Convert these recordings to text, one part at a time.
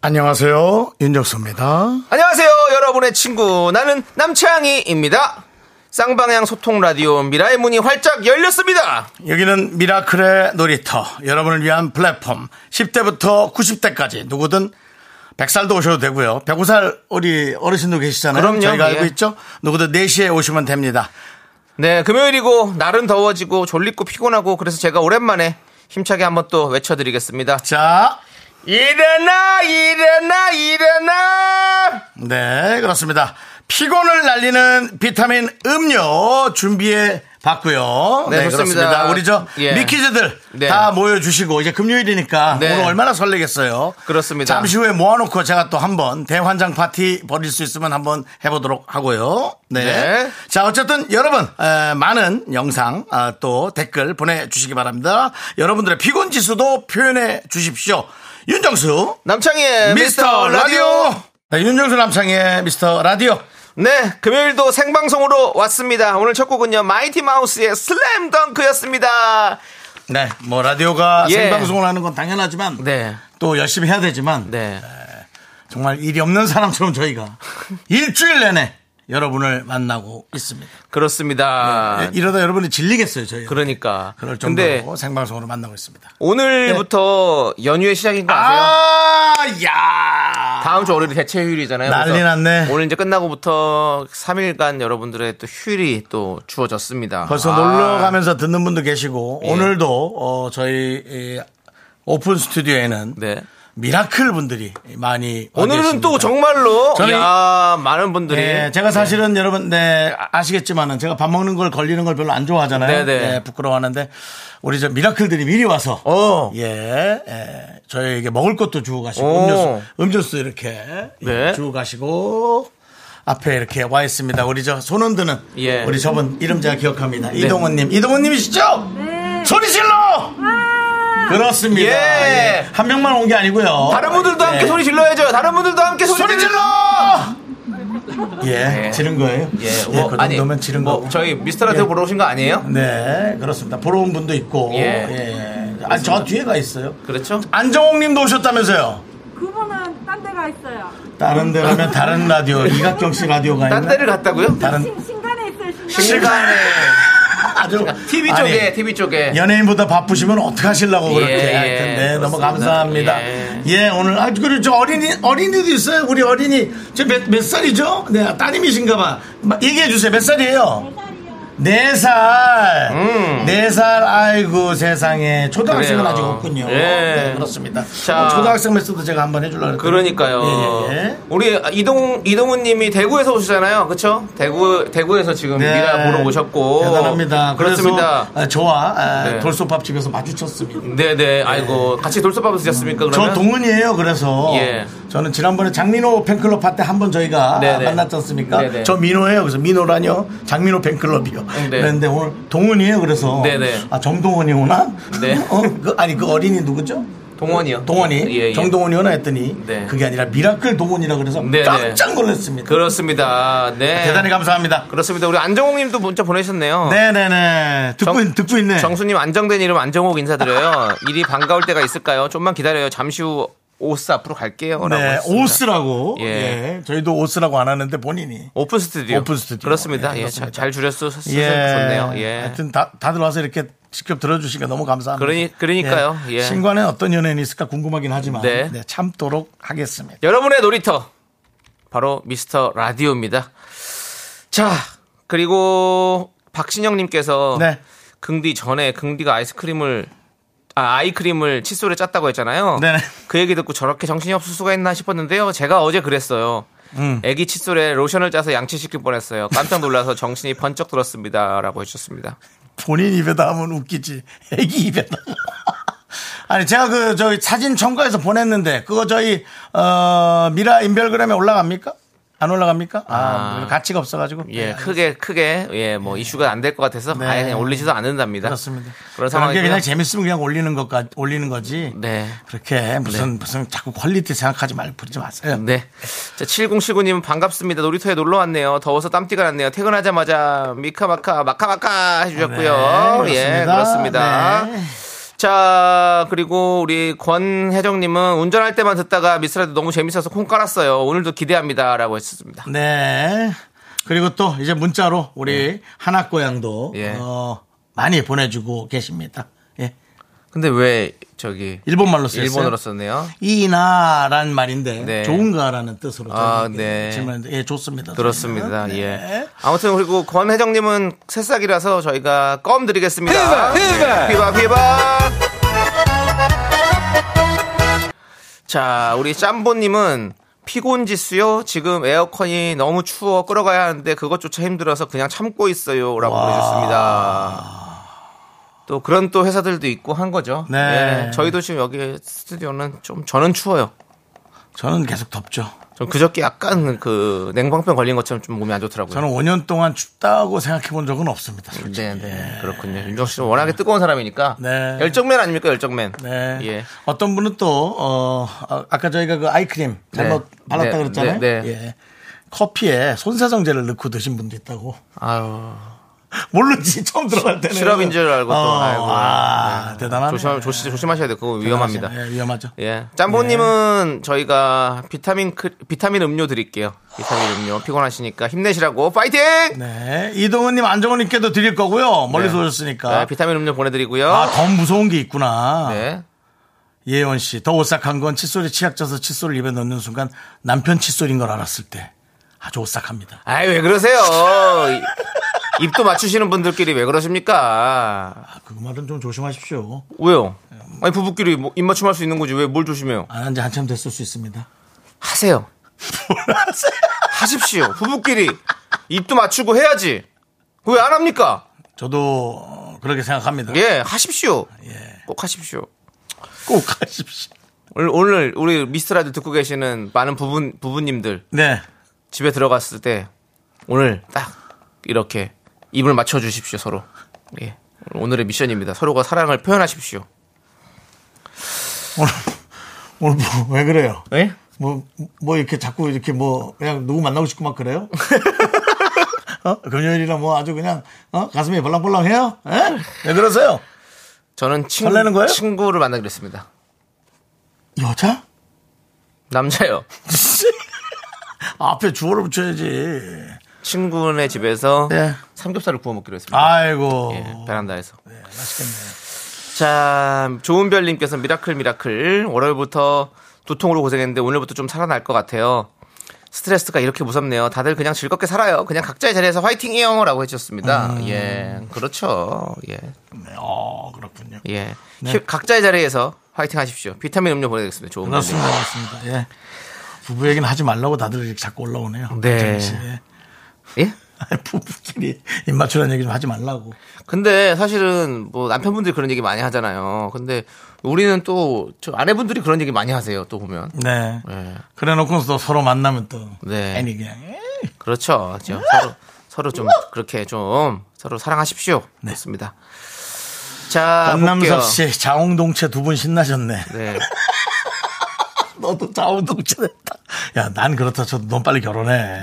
안녕하세요. 윤정수입니다. 안녕하세요, 여러분의 친구. 나는 남창희입니다. 쌍방향 소통 라디오 미라의 문이 활짝 열렸습니다. 여기는 미라클의 놀이터, 여러분을 위한 플랫폼. 10대부터 90대까지 누구든 100살도 오셔도 되고요. 105살 우리 어르신도 계시잖아요. 그럼요, 저희가 예. 알고 있죠? 누구든 4시에 오시면 됩니다. 네, 금요일이고 날은 더워지고 졸리고 피곤하고 그래서 제가 오랜만에 힘차게 한번 또 외쳐드리겠습니다. 자, 일어나, 일어나, 일어나. 네, 그렇습니다. 피곤을 날리는 비타민 음료 준비해 봤고요. 네, 좋습니다. 그렇습니다. 우리 저 예. 미키즈들 네. 다 모여주시고 이제 금요일이니까 네. 오늘 얼마나 설레겠어요. 그렇습니다. 잠시 후에 모아놓고 제가 또 한번 대환장 파티 벌일 수 있으면 한번 해보도록 하고요. 네. 네. 자, 어쨌든 여러분 에, 많은 영상 아, 또 댓글 보내주시기 바랍니다. 여러분들의 피곤 지수도 표현해 주십시오. 윤정수 남창희의 미스터 라디오. 네, 윤정수 남창의 미스터 라디오. 네, 금요일도 생방송으로 왔습니다. 오늘 첫 곡은요, 마이티 마우스의 슬램덩크였습니다. 네, 뭐 라디오가 예. 생방송을 하는 건 당연하지만 네, 또 열심히 해야 되지만 네. 정말 일이 없는 사람처럼 저희가 일주일 내내 여러분을 만나고 있습니다. 그렇습니다. 네, 이러다 여러분이 질리겠어요, 저희. 아. 그러니까. 그럴 근데 정도로 생방송으로 만나고 있습니다. 오늘부터 연휴의 시작인 거 아세요? 네. 아, 야. 다음 주 월요일이 대체 휴일이잖아요. 난리 그래서 났네. 오늘 이제 끝나고부터 3일간 여러분들의 또 휴일이 또 주어졌습니다. 벌써 아, 예. 놀러 가면서 듣는 분도 계시고 오늘도 어, 저희 이 오픈 스튜디오에는 네. 미라클 분들이 많이 와 오늘은 또 아, 계십니다. 정말로 저는 야 많은 분들이 네, 제가 사실은 여러분, 네, 아- 아시겠지만은 제가 밥 먹는 걸 걸리는 걸 별로 안 좋아하잖아요. 네, 네. 예, 부끄러워하는데 우리 저 미라클들이 미리 와서 어. 예, 예, 저희에게 먹을 것도 주고 가시고 오. 음료수, 음료수 이렇게 어. 네. 예, 주고 가시고 앞에 이렇게 와 있습니다. 우리 저 손흔드는 예. 네. 우리 저분 이름 제가 기억합니다. 이동훈님, 이동훈님이시죠? 네. 소리 질러! 아, 그렇습니다. 예. 예. 한 명만 온 게 아니고요. 다른 분들도 예. 함께 소리 질러야죠. 다른 분들도 함께 소리, 소리 질러. 질러! 예, 예. 지른 거예요? 예, 그 정도면 지른 뭐 거고. 저희 미스터라디오 예. 보러 오신 거 아니에요? 네, 그렇습니다. 보러 온 분도 있고. 예. 예. 아니, 저 뒤에 가 있어요. 그렇죠? 안정옥 님도 오셨다면서요? 그분은 딴 데가 있어요. 다른 데 가면 다른 라디오, 이각경 씨 라디오가 있나? 딴 데를 갔다고요? 다른, 신- 신간에 있어요, 신간에. 시간에 아주. 그러니까 TV 아니, 쪽에 TV 쪽에 연예인보다 바쁘시면 어떡하시려고 그렇게 예, 할 텐데 예, 너무 그렇습니다. 감사합니다. 예. 예, 오늘 아주 그리고 저 어린이 어린이도 있어요. 우리 어린이 저 몇 몇 살이죠? 네 따님이신가봐. 얘기해 주세요. 몇 살이에요? 네 살. 네 살. 아이고 세상에 초등학생은 음. 그래요. 아직 없군요. 예. 네, 그렇습니다. 자. 어, 초등학생 메시도 제가 한번 해주려고 했더니. 그러니까요. 예, 예, 예. 우리 이동 이동훈님이 대구에서 오시잖아요, 그렇죠? 대구 대구에서 지금 음, 미라 보러 오셨고 네. 대단합니다. 그렇습니다. 그래서 아, 저와 아, 네. 돌솥밥집에서 마주쳤습니다. 네네. 아이고 같이 돌솥밥을 드셨습니까? 저 그러면 동은이에요. 그래서 예. 저는 지난번에 장민호 팬클럽 할 때 한 번 저희가 네네. 만났지 않습니까? 네네. 저 민호예요. 그래서 민호라뇨. 장민호 팬클럽이요. 네. 그런데 오늘 동은이에요. 그래서 네네. 아 정동원이 오나? 네. 어? 그, 아니 그 어린이 누구죠? 동원이요. 동원이 예, 예. 정동원이 오나 했더니 네. 그게 아니라 미라클 동원이라 그래서 네네. 깜짝 놀랐습니다. 그렇습니다. 네. 대단히 감사합니다. 그렇습니다. 우리 안정욱님도 문자 보내셨네요. 네네네. 듣고 있- 듣고 있네. 정수님 안정된 이름 안정욱 인사드려요. 일이 반가울 때가 있을까요? 좀만 기다려요. 잠시 후 오스 앞으로 갈게요. 라고 네, 했습니다. 오스라고. 예. 예. 저희도 오스라고 안 하는데 본인이. 오픈 스튜디오. 오픈 스튜디오. 그렇습니다. 예, 예, 그렇습니다. 잘 줄였어. 좋네요. 예. 예. 하여튼 다, 다들 와서 이렇게 직접 들어주시니까 너무 감사합니다. 그러니- 그러니까요. 예. 신관에 어떤 연예인이 있을까 궁금하긴 하지만 네. 네, 참도록 하겠습니다. 여러분의 놀이터 바로 미스터 라디오입니다. 자 그리고 박신영님께서 네. 긍디 전에 긍디가 아이스크림을 아, 아이크림을 칫솔에 짰다고 했잖아요. 네네. 그 얘기 듣고 저렇게 정신이 없을 수가 있나 싶었는데요. 제가 어제 그랬어요. 음. 애기 칫솔에 로션을 짜서 양치시킬 뻔했어요. 깜짝 놀라서 정신이 번쩍 들었습니다라고 해주셨습니다. 본인 입에다 하면 웃기지. 애기 입에다. 아니 제가 그 저희 사진 첨가해서 보냈는데 그거 저희 어 미라 인별그램에 올라갑니까? 안 올라갑니까? 아, 아. 별로 가치가 없어가지고 예, 크게 크게 예, 뭐 이슈가 안 될 것 같아서 네. 아예 그냥 올리지도 않는답니다. 그렇습니다. 그런 그런 게 상황이고요. 그냥 재밌으면 그냥 올리는 것까 올리는 거지. 네. 그렇게 무슨 무슨 자꾸 퀄리티 생각하지 말고 부르지 마세요. 네. 자, 7079님 반갑습니다. 놀이터에 놀러 왔네요. 더워서 땀띠가 났네요. 퇴근하자마자 미카마카 마카마카 해주셨고요. 네, 예, 그렇습니다. 그렇습니다. 네. 자, 그리고 우리 권혜정님은 운전할 때만 듣다가 미스라도 너무 재밌어서 콩 깔았어요. 오늘도 기대합니다라고 했습니다. 네. 그리고 또 이제 문자로 우리 하나 고양도 네. 예. 어, 많이 보내주고 계십니다. 예. 근데 왜 저기 일본말로 쓰였어요. 일본어로 썼네요? 이나란 말인데 네. 좋은가라는 뜻으로 아, 저는 이렇게 네. 질문했는데 예 좋습니다. 들었습니다. 저희는. 네. 예. 아무튼 그리고 권혜정님은 새싹이라서 저희가 껌 드리겠습니다. 네. 휘바 휘바. 자, 우리 짬보님은 피곤 지수요. 지금 에어컨이 너무 추워 끌어가야 하는데 그것조차 힘들어서 그냥 참고 있어요라고 보내주셨습니다. 또 그런 또 회사들도 있고 한 거죠. 네. 예, 저희도 지금 여기 스튜디오는 좀 저는 추워요. 저는 계속 덥죠. 전 그저께 약간 그 냉방병 걸린 것처럼 좀 몸이 안 좋더라고요. 저는 5년 동안 춥다고 생각해 본 적은 없습니다. 솔직히. 네, 네. 그렇군요. 윤정 씨는 워낙에 뜨거운 사람이니까. 그렇죠. 예. 네. 열정맨 아닙니까, 열정맨? 네. 예. 어떤 분은 또, 어, 아, 아까 저희가 그 아이크림 잘못 네. 발랐다 네, 그랬잖아요. 네, 네. 예. 커피에 손사정제를 넣고 드신 분도 있다고. 아유. 모르지, 처음 들어갈 때는. 시럽인 줄 알고 또, 어, 아이고. 아, 대단하네. 조심, 조심, 조심하셔야 돼요. 그거 위험합니다. 예, 네. 위험하죠. 예. 짬보님은 저희가 비타민, 크- 비타민 음료 드릴게요. 비타민 음료. 피곤하시니까 힘내시라고. 파이팅! 네. 이동훈님, 안정훈님께도 드릴 거고요. 멀리서 오셨으니까. 네, 비타민 음료 보내드리고요. 아, 더 무서운 게 있구나. 네. 예원 씨, 더 오싹한 건 칫솔에 치약 쪄서 칫솔을 입에 넣는 순간 남편 칫솔인 걸 알았을 때 아주 오싹합니다. 아유, 왜 그러세요? 이- 입도 맞추시는 분들끼리 왜 그러십니까? 아, 그 말은 좀 조심하십시오. 왜요? 아니, 부부끼리 뭐 입맞춤 할 수 있는 거지. 왜 뭘 조심해요? 안 한 지 한참 됐을 수 있습니다. 하세요. 하십시오. 부부끼리 입도 맞추고 해야지. 왜 안 합니까? 저도 어, 그렇게 생각합니다. 예, 하십시오. 아, 꼭 하십시오. 꼭 하십시오. 오늘, 오늘 우리 미스터라도 듣고 계시는 많은 부분 부부님들 네. 집에 들어갔을 때 오늘 딱 이렇게 입을 맞춰 주십시오 서로. 예. 오늘의 미션입니다. 서로가 사랑을 표현하십시오. 오늘, 오늘 뭐, 왜 그래요? 예? 뭐, 뭐 이렇게 자꾸 이렇게 뭐, 그냥 누구 만나고 싶고 막 그래요? 어? 금요일이라 뭐 아주 그냥, 어? 가슴이 벌렁벌렁 해요? 예? 왜 그러세요? 저는 친, 설레는 거예요? 친구를 만나기로 했습니다. 여자? 남자요. 앞에 주어를 붙여야지. 친구네 집에서 네. 삼겹살을 구워 먹기로 했습니다. 아이고. 예, 베란다에서. 자, 좋은별님께서 미라클 미라클 월요일부터 두통으로 고생했는데 오늘부터 좀 살아날 것 같아요. 스트레스가 이렇게 무섭네요. 다들 그냥 즐겁게 살아요. 그냥 각자의 자리에서 화이팅이요라고 해주셨습니다. 음. 예, 그렇죠. 예, 네, 어, 그렇군요. 예. 네. 힘- 각자의 자리에서 화이팅하십시오. 비타민 음료 보내드리겠습니다. 좋은 그렇습니다. 그렇습니다. 예. 부부 얘기는 하지 말라고 다들 이렇게 자꾸 올라오네요. 네. 정희 씨. 예. 예? 아니, 부부끼리 입 맞추라는 얘기 좀 하지 말라고. 근데 사실은 뭐 남편분들이 그런 얘기 많이 하잖아요. 근데 우리는 또 저 아내분들이 그런 얘기 많이 하세요. 또 보면. 네. 예. 그래 놓고 또 서로 만나면 또. 네. 괜히 그냥. 에이. 그렇죠. 지금 서로 서로 좀 그렇게 좀 서로 사랑하십시오. 그렇습니다. 자, 권남섭 볼게요. 네. 씨, 자웅동체 두 분 아, 신나셨네. 네. 너도 자웅동체 됐다. 야, 난 그렇다 쳐도 넌 빨리 결혼해.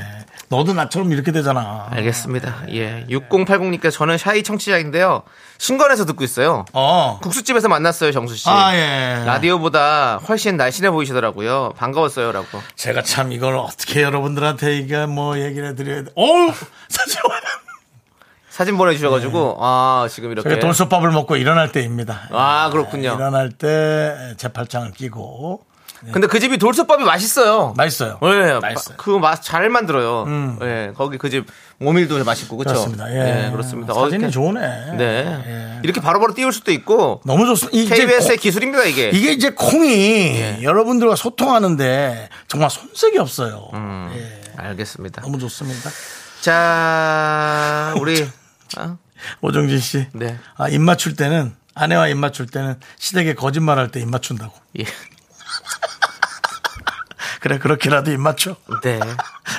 너도 나처럼 이렇게 되잖아. 알겠습니다. 예. 6080님께서 저는 샤이 청취자인데요. 신관에서 듣고 있어요. 어. 국수집에서 만났어요, 정수 씨. 아, 예. 라디오보다 훨씬 날씬해 보이시더라고요. 반가웠어요라고. 제가 참 이걸 어떻게 여러분들한테 이게 뭐 얘기를 해드려야 돼. 어우! 사실 사진 보내 주셔 가지고 네. 아, 지금 제가 이렇게 돈솥밥을 먹고 일어날 때입니다. 아, 그렇군요. 일어날 때 제팔짱을 끼고. 근데 그 집이 돌솥밥이 맛있어요. 맛있어요. 예, 맛있어요. 음. 그맛 잘 만들어요. 예, 거기 그 집 모밀도 맛있고 그렇죠. 그렇습니다. 예. 그렇습니다. 사진이 어떻게- 좋으네. 네. 예. 이렇게 바로바로 띄울 수도 있고 너무 좋습니다. 이게 KBS의 예. 콩- 기술입니다 이게. 이게 이제 콩이 여러분들과 소통하는데 정말 손색이 없어요. 음. 예. 알겠습니다. 너무 좋습니다. 자, 우리 아, 뭐 오정진 씨. 네. 아, 입 맞출 때는 아내와 입 맞출 때는 시댁에 거짓말할 때 입 맞춘다고. 예. 그래 그렇게라도 입 맞춰. 네.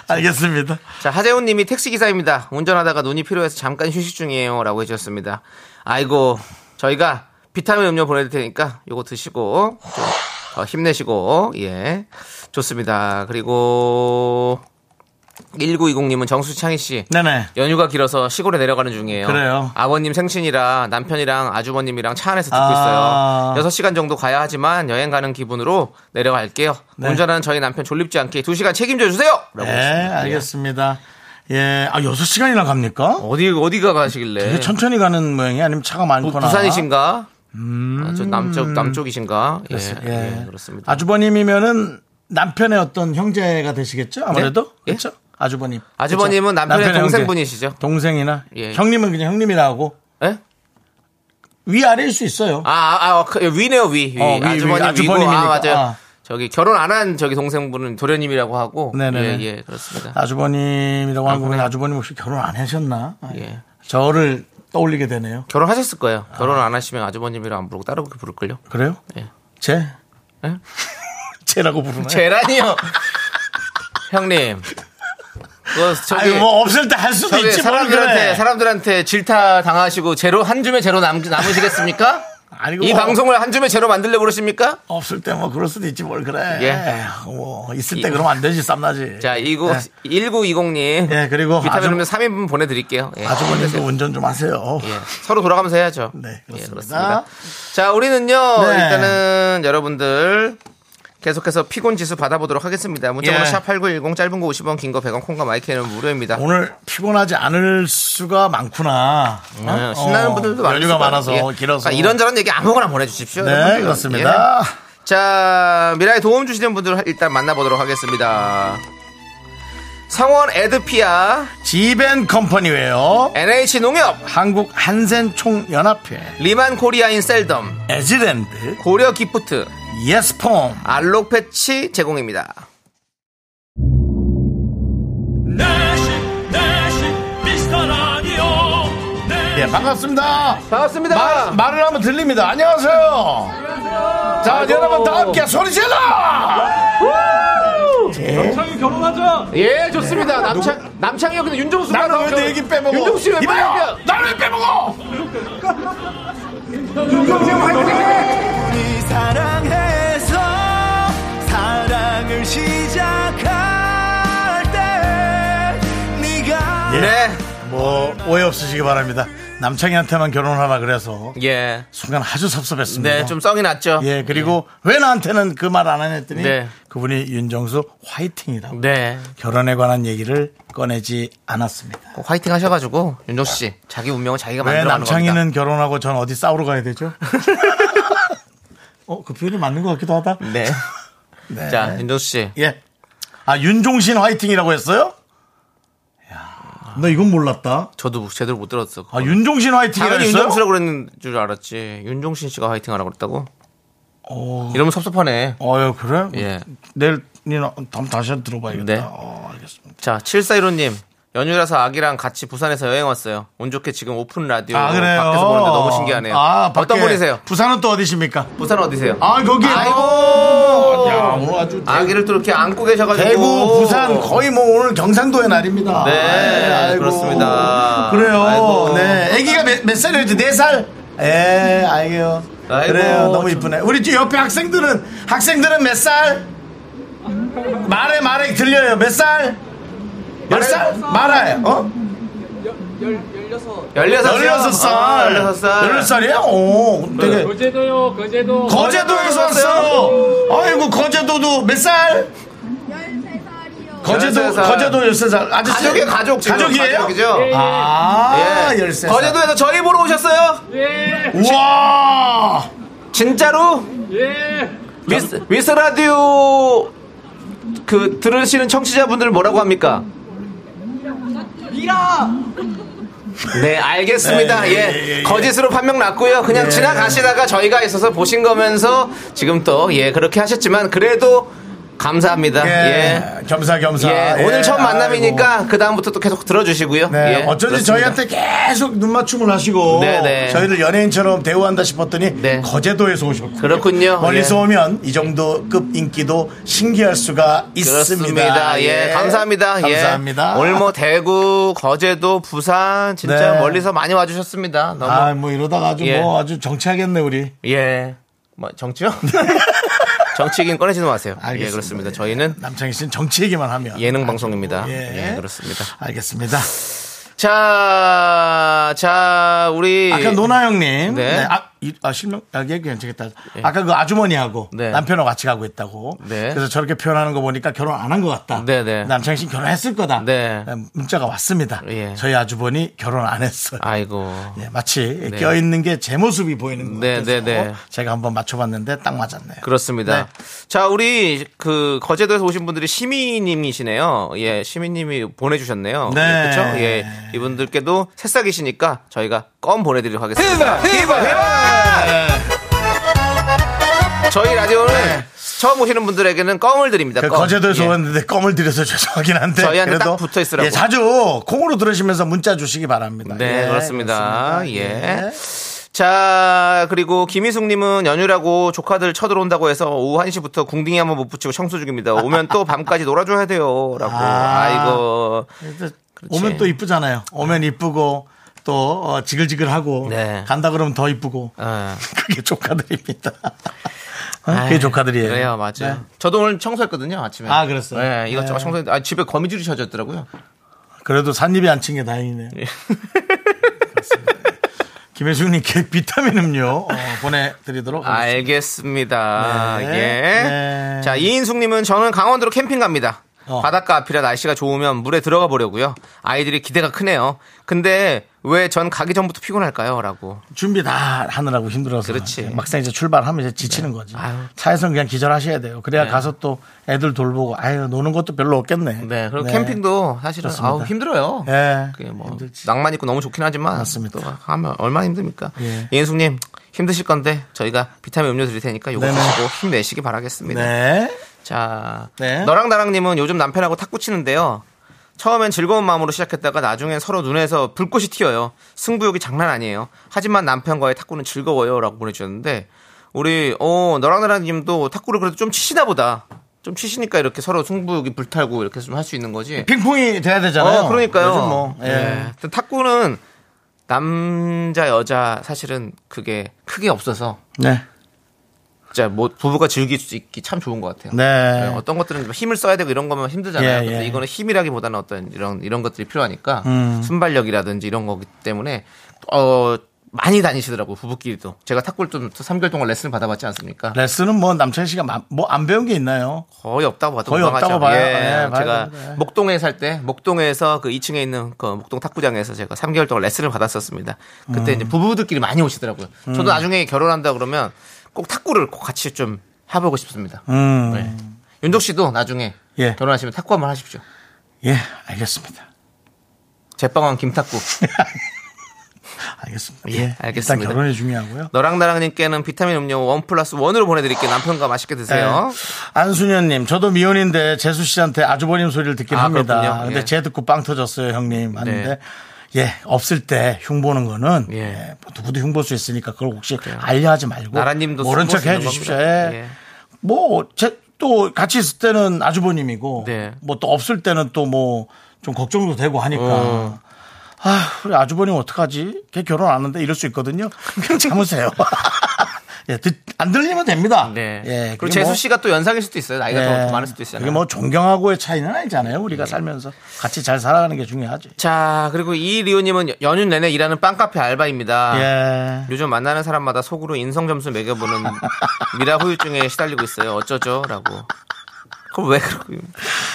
알겠습니다. 자, 하재훈 님이 택시기사입니다. 운전하다가 눈이 피로해서 잠깐 휴식 중이에요. 라고 해주셨습니다. 아이고, 저희가 비타민 음료 보내드릴 테니까 요거 드시고, 좀더 힘내시고, 예. 좋습니다. 그리고, 1920님은 정수창희 씨. 네네. 연휴가 길어서 시골에 내려가는 중이에요. 그래요. 아버님 생신이라 남편이랑 아주버님이랑 차 안에서 듣고 아. 있어요. 6시간 정도 가야 하지만 여행 가는 기분으로 내려갈게요. 네. 운전하는 저희 남편 졸립지 않게 2시간 책임져 주세요. 라고 네 하셨습니다. 예. 알겠습니다. 예. 아 여섯 시간이나 갑니까? 예. 어디 어디가 가시길래? 되게 천천히 가는 모양이 아니면 차가 부, 많거나. 음. 산이신가 아, 저 남쪽 남쪽이신가? 예, 예. 예, 그렇습니다. 아주버님이면은 남편의 어떤 형제가 되시겠죠? 아무래도 예? 그렇죠. 아주버님. 아주버님은 남편의 남편의 동생분이시죠? 동생이나 예. 형님은 그냥 형님이라고 예? 위 아래일 수 있어요. 아, 아, 아, 그, 위네요 위. 위. 어, 위, 위. 아주머니 위고 아주버님이니까. 아 맞아요. 아. 저기 결혼 안 한 저기 동생분은 도련님이라고 하고 네네네. 예, 예, 그렇습니다. 아, 주버님이라고 하는 거면 아주버님 혹시 결혼 안 하셨나? 아, 예. 저를 떠올리게 되네요. 결혼하셨을 거예요. 아. 결혼 안 하시면 아주버님이라 안 부르고 따로 그렇게 부를걸요. 그래요? 예. 제? 예? 제라고 부르나요? 재란이요. 형님. 그거 저기 아유, 뭐 없을 때 할 수도 저기 있지 뭘 사람들한테 그래. 사람들한테 질타 당하시고 제로 한 줌에 제로 남, 남으시겠습니까? 아니, 이 뭐 방송을 한 줌에 제로 만들려 그러십니까? 없을 때 뭐 그럴 수도 있지 뭘 그래. 예. 뭐 있을 때 그러면 안 되지 쌈나지. 자, 이거 예. 1920님. 예, 그리고 아주- 비타민 음료 3인분 보내 드릴게요. 예. 아주버님도 운전 좀 하세요. 예, 서로 돌아가면서 해야죠. 네, 그렇습니다. 예, 자, 우리는요, 네. 일단은 여러분들 계속해서 피곤 지수 받아보도록 하겠습니다. 문자번호 예. 샵8910 짧은 거 50원, 긴 거 100원, 콩과 마이크는 무료입니다. 오늘 피곤하지 않을 수가 많구나. 어? 예, 신나는 어, 분들도 많으실 연휴가 거예요. 많아서 예. 길어서 그러니까 이런저런 얘기 아무거나 보내주십시오. 네 여러분들. 그렇습니다. 예. 자, 미라에 도움 주시는 분들 일단 만나보도록 하겠습니다. 성원 에드피아, 지벤 컴퍼니웨어 NH 농협, 한국 한센총연합회 리만 코리아인 셀덤, 에즈랜드 고려 기프트, 예스폼 알록 패치 제공입니다. 내식 내식 미스터라디오 예 네, 반갑습니다. 반갑습니다. 말, 말을 하면 들립니다. 안녕하세요. 자 여러분 다 함께 소리 질러. 예, 좋습니다. 남창 남창이 근데 윤종수 나는 왜 내 얘기 빼먹어? 윤종수 씨왜 이봐요. 나를 왜 빼먹어? 네. 뭐 오해 없으시기 바랍니다. 남창희한테만 결혼하라 그래서 예. 순간 아주 섭섭했습니다. 네, 좀 썽이 났죠. 예, 그리고 왜 나한테는 그 말 안 하냐 했더니 네. 그분이 윤정수 화이팅이라고 네. 결혼에 관한 얘기를 꺼내지 않았습니다. 꼭 화이팅 하셔가지고 윤종수 씨 자기 운명은 자기가 왜 만들어가는 겁니다. 남창희는 결혼하고 전 어디 싸우러 가야 되죠? 어, 그 표현이 맞는 것 같기도 하다. 네. 네. 자, 윤종수 씨. 예. 아, 윤종신 화이팅이라고 했어요? 야, 너 이건 몰랐다. 저도 제대로 못 들었어. 아, 윤종신 화이팅이라고 당연히 했어요? 윤종수라고 그랬는 줄 알았지. 윤종신 씨가 화이팅 하라고 그랬다고? 이러면 섭섭하네. 어. 어유 그래? 예. 내일 니나 다음 다시 한번 들어봐야겠다. 네. 어, 알겠습니다. 자, 7415님. 연휴라서 아기랑 같이 부산에서 여행 왔어요. 운 좋게 지금 오픈 라디오 아, 그래요. 밖에서 보는데 너무 신기하네요. 아, 밖에. 어떤 분이세요? 부산은 또 어디십니까? 부산 어디세요? 아, 거기. 아이고. 야, 뭐 아주 아기를 또 이렇게 안고 계셔가지고 대구, 부산 거의 뭐 오늘 경상도의 날입니다. 네, 아이고. 그렇습니다. 그래요. 아이고. 네. 아기가 몇, 몇 살이었지? 네 살? 예, 알게요. 아이고. 그래요. 너무 이쁘네. 우리 지금 옆에 학생들은, 학생들은 몇 살? 말해, 말해. 들려요. 몇 살? 몇 살? 말해. 어? 16살. 아, 16살. 16살. 16살이에요? 오, 되게. 거제도요, 거제도. 거제도에서 왔어. 아이고 거제도도 몇 살? 13살이요. 거제도 13살. 거제도 13살. 아저씨 가족이 가족. 지금. 가족이에요? 가족이죠? 예, 아, 예. 13살. 거제도에서 저희 보러 오셨어요? 예, 우와! 진짜로? 예. 위스, 위스 라디오 그 들으시는 청취자분들 뭐라고 합니까? 네, 알겠습니다. 네, 예, 예, 네. 예, 예. 거짓으로 판명 났고요. 그냥 지나가시다가 저희가 있어서 보신 거면서 지금 또, 예, 그렇게 하셨지만 그래도 감사합니다. 예. 예. 겸사겸사. 예, 예, 오늘 처음 아이고. 만남이니까 그 다음부터 또 계속 들어주시고요. 네, 예, 어쩐지 그렇습니다. 저희한테 계속 눈맞춤을 하시고 네, 네. 저희를 연예인처럼 대우한다 싶었더니 네. 거제도에서 오셨고 그렇군요. 멀리서 예. 오면 이 정도 급 인기도 신기할 수가 있습니다. 그렇습니다. 예, 감사합니다. 예. 감사합니다. 오늘 뭐 대구, 거제도, 부산 진짜 네. 멀리서 많이 와주셨습니다. 너무 아, 뭐 이러다가 아주 예. 뭐 아주 정치하겠네 우리. 예, 뭐 정치요? 정치긴 꺼내지 마세요. 알겠습니다. 예, 그렇습니다. 예. 저희는 남창희 씨는 정치 얘기만 하면 예능 방송입니다. 예. 예, 그렇습니다. 알겠습니다. 자, 자, 우리 아까 노나 형님, 네. 예. 네, 아, 이- 아, 실명, 아, 얘기 괜찮겠다. 아까 그 아주머니하고 네. 남편하고 같이 가고 있다고. 네. 그래서 저렇게 표현하는 거 보니까 결혼 안 한 것 같다. 네, 네. 남창희 씨 결혼했을 거다. 네. 문자가 왔습니다. 예. 저희 아주머니 결혼 안 했어요. 아이고, 예, 마치 네. 껴있는 게 제 모습이 보이는 것 네, 같아서 네, 네. 제가 한번 맞춰봤는데 딱 맞았네요. 그렇습니다. 네. 자, 우리 그 거제도에서 오신 분들이 시민님이시네요. 예, 시민님이 보내주셨네요. 네. 그렇죠? 예, 이분들께도 새싹이시니까 저희가 껌 보내드리도록 하겠습니다. 히바, 네. 저희 라디오는 처음 오시는 분들에게는 껌을 드립니다. 그 껌. 거제도에서 예. 왔는데 껌을 드려서 죄송하긴 한데 저희한테 딱 붙어 있으라고. 예, 자주 콩으로 들으시면서 문자 주시기 바랍니다. 네, 예, 그렇습니다. 그렇습니다. 예. 자, 그리고 김희숙님은 연휴라고 조카들 쳐들어온다고 해서 오후 1시부터 궁딩이 한번 못 붙이고 청소 중입니다. 오면 또 밤까지 놀아줘야 돼요. 라고. 아. 아, 이거. 그래서 그렇지. 오면 또 이쁘잖아요. 오면 이쁘고 또 어, 지글지글하고 네. 간다 그러면 더 이쁘고 아, 그게 조카들입니다. 어? 그게 조카들이에요. 그래요, 맞아요. 네. 저도 오늘 청소했거든요, 아침에. 아, 그랬어요? 네, 이것저것 네. 청소했는데, 아, 집에 거미줄이 쳐졌더라고요. 그래도 산입이 안 친 게 다행이네요. 예. 그렇습니다. 김혜숙님 게 비타민 음료 어, 보내드리도록 하겠습니다. 알겠습니다. 네. 예. 네. 자, 이인숙님은 저는 강원도로 캠핑 갑니다. 어. 바닷가 앞이라 날씨가 좋으면 물에 들어가 보려고요. 아이들이 기대가 크네요. 근데 왜 전 가기 전부터 피곤할까요? 라고. 준비 다 하느라고 힘들어서 예, 그렇지. 네. 막상 이제 출발하면 이제 지치는 거지. 아유. 차에서 그냥 기절하셔야 돼요. 그래야 가서 또 애들 돌보고 아유 노는 것도 별로 없겠네. 네, 그리고 캠핑도 사실은 그렇습니다. 아우, 힘들어요. 예. 그게 뭐 힘들지. 낭만 있고 너무 좋긴 하지만 맞습니다. 또 하면 얼마나 힘듭니까? 예. 이인숙님 힘드실 건데 저희가 비타민 음료 드릴 테니까 요거 네네. 드시고 힘내시기 바라겠습니다. 네. 자, 네. 너랑 나랑님은 요즘 남편하고 탁구 치는데요. 처음엔 즐거운 마음으로 시작했다가 나중엔 서로 눈에서 불꽃이 튀어요. 승부욕이 장난 아니에요. 하지만 남편과의 탁구는 즐거워요라고 보내주셨는데 우리 어 너랑 나랑님도 탁구를 그래도 좀 치시나 보다. 좀 치시니까 이렇게 서로 승부욕이 불타고 이렇게 좀 할 수 있는 거지. 핑퐁이 돼야 되잖아요. 어, 그러니까요. 요즘 뭐, 예. 예. 일단 탁구는 남자 여자 사실은 그게 크게 없어서 네. 진짜 뭐 부부가 즐길 수 있기 참 좋은 것 같아요. 네, 네. 어떤 것들은 힘을 써야 되고 이런 거면 힘들잖아요. 예, 예. 근데 이거는 힘이라기보다는 어떤 이런 이런 것들이 필요하니까 순발력이라든지 이런 거기 때문에 어 많이 다니시더라고 요 부부끼리도. 제가 탁구를 좀 3개월 동안 레슨을 받아봤지 않습니까? 레슨은 뭐 남창희 씨가 뭐 안 배운 게 있나요? 거의 없다고 봐도 거의 무방하죠. 없다고 봐요. 예, 봐야 제가 되는데. 목동에 살 때 목동에서 그 2층에 있는 그 목동 탁구장에서 제가 3개월 동안 레슨을 받았었습니다. 음. 그때 이제 부부들끼리 많이 오시더라고요. 저도 나중에 결혼한다 그러면 꼭 탁구를 꼭 같이 좀 해보고 싶습니다. 음. 네. 윤종 씨도 나중에 예. 결혼하시면 탁구 한번 하십시오. 예, 알겠습니다. 제빵왕 김탁구. 알겠습니다. 예, 예, 알겠습니다. 일단 결혼이 중요하고요. 너랑 나랑님께는 비타민 음료 원 플러스 원으로 보내드릴게요. 남편과 맛있게 드세요. 네. 안순현님, 저도 미혼인데 재수 씨한테 아주버님 소리를 듣긴 아, 합니다. 그렇군요. 근데 예. 네. 쟤 듣고 빵 터졌어요, 형님. 하는데 예, 없을 때 흉 보는 거는 예. 예, 뭐 누구도 흉 볼 수 있으니까 그걸 혹시 알려하지 말고 나라님도 모른 흉볼 척 수 있는 해주십시오. 뭐, 겁니다. 예. 뭐제또 같이 있을 때는 아주버님이고 네. 뭐 또 없을 때는 또 뭐 좀 걱정도 되고 하니까 어. 아, 우리 아주버님 어떡하지? 걔 결혼 안 하는데 이럴 수 있거든요. 그냥 참으세요. 예, 듣, 안 들리면 됩니다. 네. 예, 그리고 그게 재수 뭐- 씨가 또 연상일 수도 있어요. 나이가 더, 더 많을 수도 있어요. 음. 이게 예. 뭐 존경하고의 차이는 아니잖아요. 우리가 살면서 같이 잘 살아가는 게 중요하지. 자, 그리고 이리오님은 연휴 내내 일하는 빵카페 알바입니다. 예. 요즘 만나는 사람마다 속으로 인성 점수 매겨보는 미라 후유증에 시달리고 있어요. 어쩌죠?라고. 그럼 왜 그렇게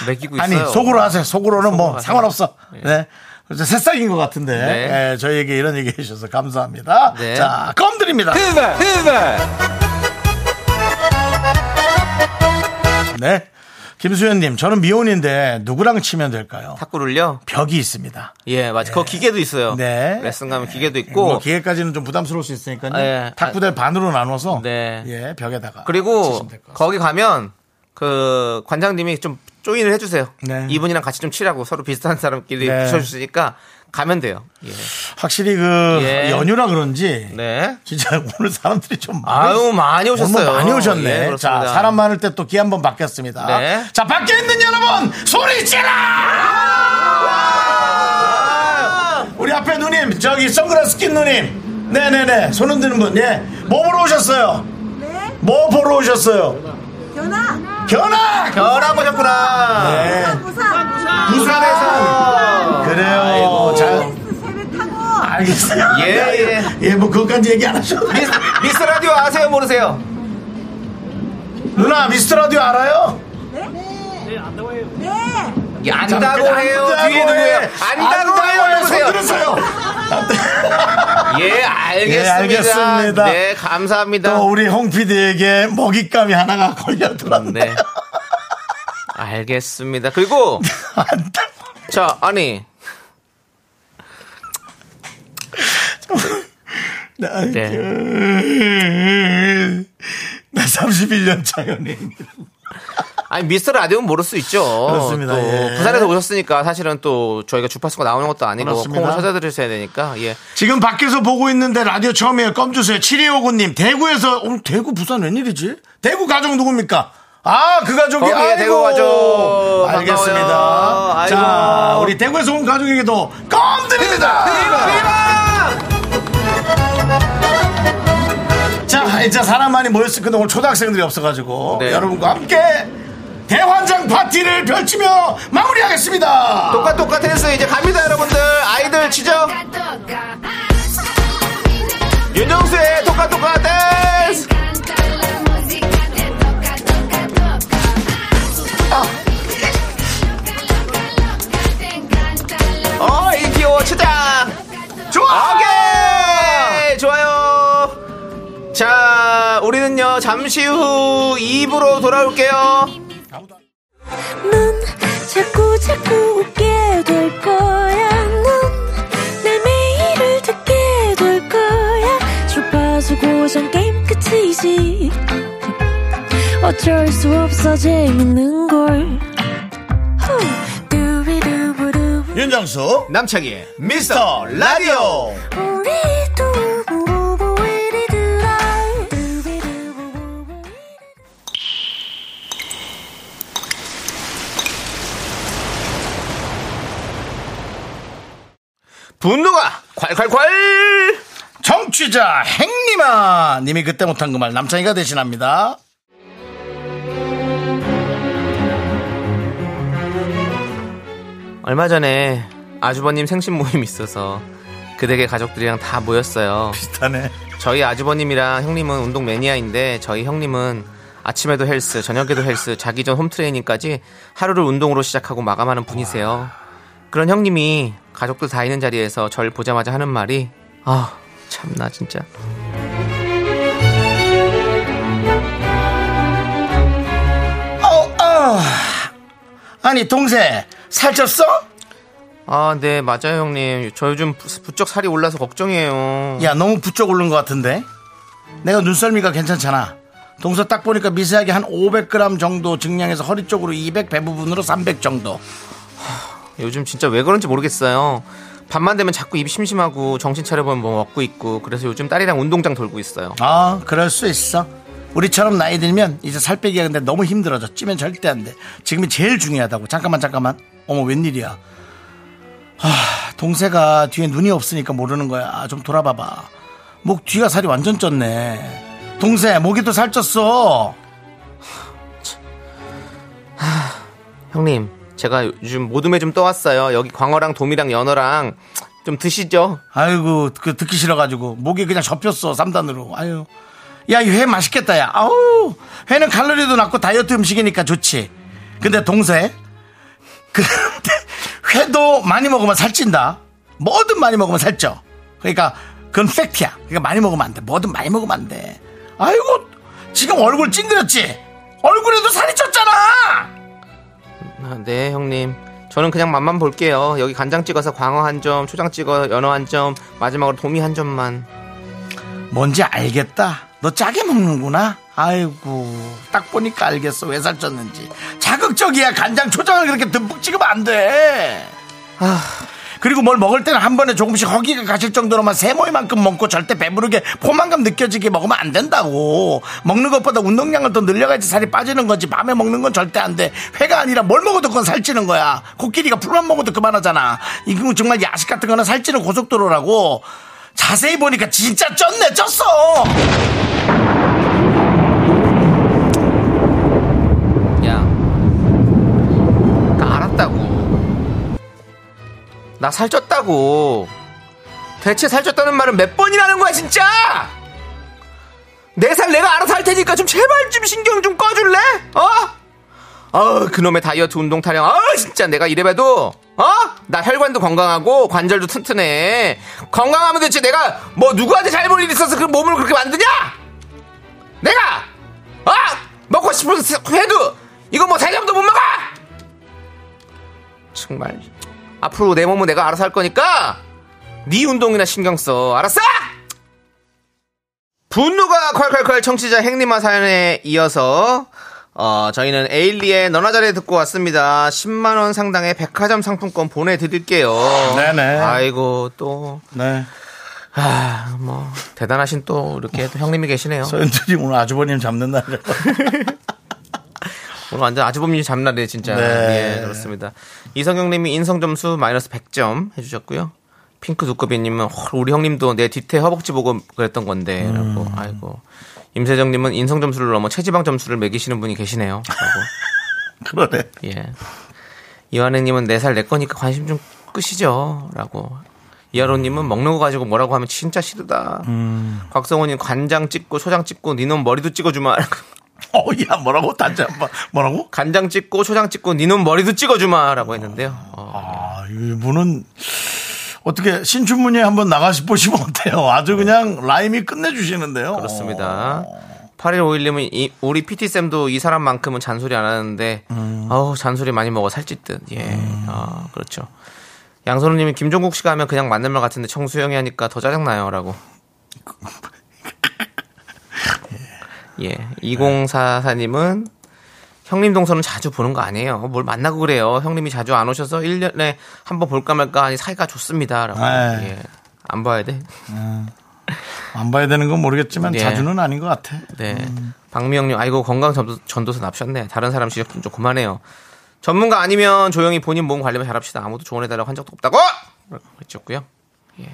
매기고 있어요? 아니 속으로 하세요. 속으로는 뭐 속으로 하세요. 상관없어. 예. 네. 그래서 새싹인 것 같은데 네. 예, 저희에게 이런 얘기 해주셔서 감사합니다. 네. 자, 껌 드립니다. 네. 김수현님, 저는 미혼인데 누구랑 치면 될까요? 탁구를요? 벽이 있습니다. 예, 맞아. 그거 기계도 있어요. 네. 레슨 가면 기계도 있고. 뭐 기계까지는 좀 부담스러울 수 있으니까요. 예. 탁구대 반으로 나눠서 네. 예, 벽에다가 그리고 치시면 될것 같습니다. 거기 가면 그 관장님이 좀 조인을 해주세요. 네. 이분이랑 같이 좀 치라고 서로 비슷한 사람끼리 네. 붙여주시니까 가면 돼요. 예. 확실히 그 예. 연휴라 그런지 네. 진짜 오늘 사람들이 좀 많이 아유 많이 네. 오셨어요. 오늘 많이 오셨네. 예, 그렇습니다. 자, 사람 많을 때 또 기 한 번 바뀌었습니다. 네. 자, 밖에 있는 여러분 소리 질러! 우리 앞에 누님, 저기 선글라스 낀 누님. 네네네, 손 흔드는 분. 예. 뭐 보러 오셨어요? 네? 뭐 보러 오셨어요? 견아! 견학! 결혼 보셨구나. 네. 부산, 부산! 부산에서. 그래요. 잘 KBS 네, 세배 타고! 알겠어요. 예, 예. 예, 뭐 그것까지 얘기 안 하셔도 돼요. 미스, 미스 라디오 아세요 모르세요? 누나, 미스터 라디오 알아요? 네? 네, 네! 야, 안다고 해요. 뒤에 누구예요? 안다고 해요. 손 여보세요. 들으세요. 예, 알겠습니다. 예, 알겠습니다. 네, 감사합니다. 또 우리 홍 PD에게 먹잇감이 하나가 걸려들었네. 네. 알겠습니다. 그리고 자, 아니. 나, 그, 네. 나 31년 차 연예인이라. 아니 미스터 라디오는 모를 수 있죠. 그렇습니다. 또 예. 부산에서 오셨으니까 사실은 또 저희가 주파수가 나오는 것도 아니고 그렇습니다. 콩으로 찾아드리셔야 되니까 예. 지금 밖에서 보고 있는데 라디오 처음이에요. 껌 주세요. 7259님. 대구에서, 어, 대구 부산 웬일이지? 대구 가족 누굽니까? 아, 그 가족이 거기에 아이고. 대구 가족. 알겠습니다. 반가워요. 아이고. 자, 우리 대구에서 온 가족에게도 껌 드립니다. 자, 이제 사람 많이 모였을 건데 오늘 초등학생들이 없어가지고 네. 여러분과 함께 대환장 파티를 펼치며 마무리하겠습니다. 똑같 똑같해서 이제 갑니다 여러분들 아이들 지적. 윤정수의 똑같 똑같 댄스. 어이 귀여워 추장. 좋아. 오케이 좋아요 자 우리는요 잠시 후 2부로 돌아올게요 넌 자꾸 자꾸 웃게 될 거야. 넌내 매일을 듣게 될 거야. 주파수 고정 게임 끝이지. 어쩔 수 없어 재밌는 걸. 후. 두비두부두. 윤정수 남창희의 미스터 라디오. 우리 두부부부 우리 두라. 두비두부부부 우리 분노가 콸콸콸 정취자 행님아 님이 그때 못한 그 말 남창이가 대신합니다. 얼마 전에 아주버님 생신 모임이 있어서 그 댁의 가족들이랑 다 모였어요 비슷하네. 저희 아주버님이랑 형님은 운동 매니아인데 저희 형님은 아침에도 헬스, 저녁에도 헬스, 자기 전 홈트레이닝까지 하루를 운동으로 시작하고 마감하는 분이세요. 그런 형님이 가족들 다 있는 자리에서 절 보자마자 하는 말이 아 참나 진짜 어, 어. 아니 동생 살쪘어? 아 네 맞아요 형님 저 요즘 부- 부쩍 살이 올라서 걱정이에요. 야 너무 부쩍 오른 것 같은데. 내가 눈썰미가 괜찮잖아. 동서 딱 보니까 미세하게 한 500g 정도 증량해서 허리 쪽으로 200, 배 부분으로 300 정도. 요즘 진짜 왜 그런지 모르겠어요. 밤만 되면 자꾸 입이 심심하고 정신 차려보면 뭐 먹고 있고 그래서 요즘 딸이랑 운동장 돌고 있어요. 아, 그럴 수 있어. 우리처럼 나이 들면 이제 살 빼기가 근데 너무 힘들어져. 찌면 절대 안 돼. 지금이 제일 중요하다고. 잠깐만, 잠깐만. 어머, 웬일이야. 하, 동세가 뒤에 눈이 없으니까 모르는 거야. 아, 좀 돌아봐봐. 목 뒤가 살이 완전 쪘네. 동세, 목이 또 살쪘어. 형님, 제가 요즘 모둠에 좀 떠왔어요. 여기 광어랑 도미랑 연어랑 좀 드시죠. 아이고, 그 듣기 싫어가지고. 목이 그냥 접혔어, 3단으로. 아유. 야, 이 회 맛있겠다, 야. 아우. 회는 칼로리도 낮고 다이어트 음식이니까 좋지. 근데 동세. 그런데 회도 많이 먹으면 살찐다. 뭐든 많이 먹으면 살쪄. 그러니까 그건 팩트야. 그러니까 많이 먹으면 안 돼. 뭐든 많이 먹으면 안 돼. 아이고, 지금 얼굴 찡그렸지? 얼굴에도 살이 쪘잖아! 아, 네, 형님. 저는 그냥 맛만 볼게요. 여기 간장 찍어서 광어 한 점, 초장 찍어 연어 한 점, 마지막으로 도미 한 점만. 뭔지 알겠다. 너 짜게 먹는구나. 아이고 딱 보니까 알겠어 왜 살쪘는지 자극적이야 간장 초장을 그렇게 듬뿍 찍으면 안돼 그리고 뭘 먹을 때는 한 번에 조금씩 허기가 가실 정도로만 세모이만큼 먹고 절대 배부르게 포만감 느껴지게 먹으면 안 된다고 먹는 것보다 운동량을 더 늘려가야지 살이 빠지는 거지 밤에 먹는 건 절대 안돼 회가 아니라 뭘 먹어도 그건 살찌는 거야 코끼리가 풀만 먹어도 그만하잖아 이거 정말 야식 같은 거는 살찌는 고속도로라고 자세히 보니까 진짜 쪘네 쪘어 야, 나 그러니까 알았다고. 나 살쪘다고. 대체 살쪘다는 말은 몇 번이라는 거야, 진짜! 내 살 내가 알아서 할 테니까 좀 제발 좀 신경 좀 꺼줄래? 어? 어, 그놈의 다이어트 운동 타령. 어, 진짜 내가 이래봬도, 어? 나 혈관도 건강하고 관절도 튼튼해. 건강하면 대체 내가 뭐 누구한테 잘 볼 일 있어서 그 몸을 그렇게 만드냐? 내가! 아! 먹고 싶은 세- 회도! 이거 뭐 대접도 못 먹어! 정말. 앞으로 내 몸은 내가 알아서 할 거니까, 네 운동이나 신경 써. 알았어? 분노가 콸콸콸 청취자 행님아 사연에 이어서, 어, 저희는 에일리의 너나 잘해 듣고 왔습니다. 10만원 상당의 백화점 상품권 보내드릴게요. 네네. 아이고, 또, 네 아, 뭐, 대단하신 또, 이렇게 또 형님이 계시네요. 서현들이 오늘 아주버님 잡는 날이라 오늘 완전 아주범님 잡날이에요 진짜 네. 예 그렇습니다 이성경님이 인성 점수 마이너스 100점 해주셨고요 핑크 두꺼비님은 헐, 우리 형님도 내 뒤태 허벅지 보고 그랬던 건데 라고 아이고 임세정님은 인성 점수를 넘어 체지방 점수를 매기시는 분이 계시네요 라고 그러네 예 이완혜님은 내 살 내 거니까 관심 좀 끄시죠 라고 이하로님은 먹는 거 가지고 뭐라고 하면 진짜 싫다 곽성호님 관장 찍고 소장 찍고 니놈 머리도 찍어주마 어야 뭐라고 다시 한번 뭐라고 간장 찍고 초장 찍고 니놈 머리도 찍어주마라고 했는데요. 어, 아 이분은 어떻게 신춘문예 한번 나가시 보시면 어때요 아주 그냥 라임이 끝내주시는데요 네. 그렇습니다. 8151님은 우리 PT쌤도 이 사람만큼은 잔소리 안 하는데 어우 잔소리 많이 먹어 살찔 듯. 예. 아, 그렇죠. 양선우 님이 김종국 씨가 하면 그냥 맞는 말 같은데 청수형이 하니까 더 짜증나요. 라고. 예. 2044님은 형님 동선은 자주 보는 거 아니에요. 어, 뭘 만나고 그래요. 형님이 자주 안 오셔서 1년에 한 번 볼까 말까 하니 사이가 좋습니다. 라고. 에이. 예. 안 봐야 돼. 안 봐야 되는 건 모르겠지만 예. 자주는 아닌 것 같아 네. 음. 박미영님, 아이고, 건강 전도, 전도서 납셨네. 다른 사람 지적 좀 그만해요. 전문가 아니면 조용히 본인 몸 관리만 잘합시다. 아무도 조언해달라고 한 적도 없다고! 그랬었고요. 예.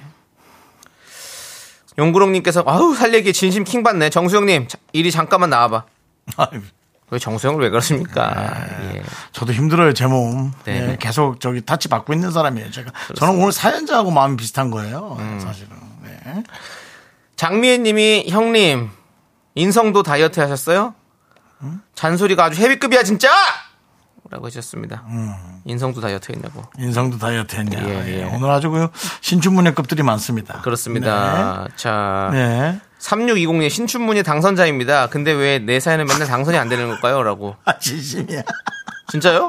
용구롱님께서, 아우, 살 얘기 진심 킹받네. 정수영님, 자- 이리 잠깐만 나와봐. 아유, 왜 정수영을 왜 그러십니까? 아. 예. 저도 힘들어요 제 몸 예, 네. 계속 저기 다치 받고 있는 사람이에요 제가 저는 오늘 사연자하고 마음이 비슷한 거예요 사실은 네. 장미애님이, 형님, 인성도 다이어트 하셨어요? 잔소리가 아주 헤비급이야, 진짜! 라고 하셨습니다. 음. 인성도 다이어트 했냐고. 인성도 다이어트 했냐 예, 예. 예. 오늘 아주 그 신춘문예급들이 많습니다 그렇습니다. 자, 네. 네. 3620님 신춘문예 당선자입니다. 근데 왜 내 사연은 맨날 당선이 안 되는 걸까요? 라고. 아 진심이야 진짜요?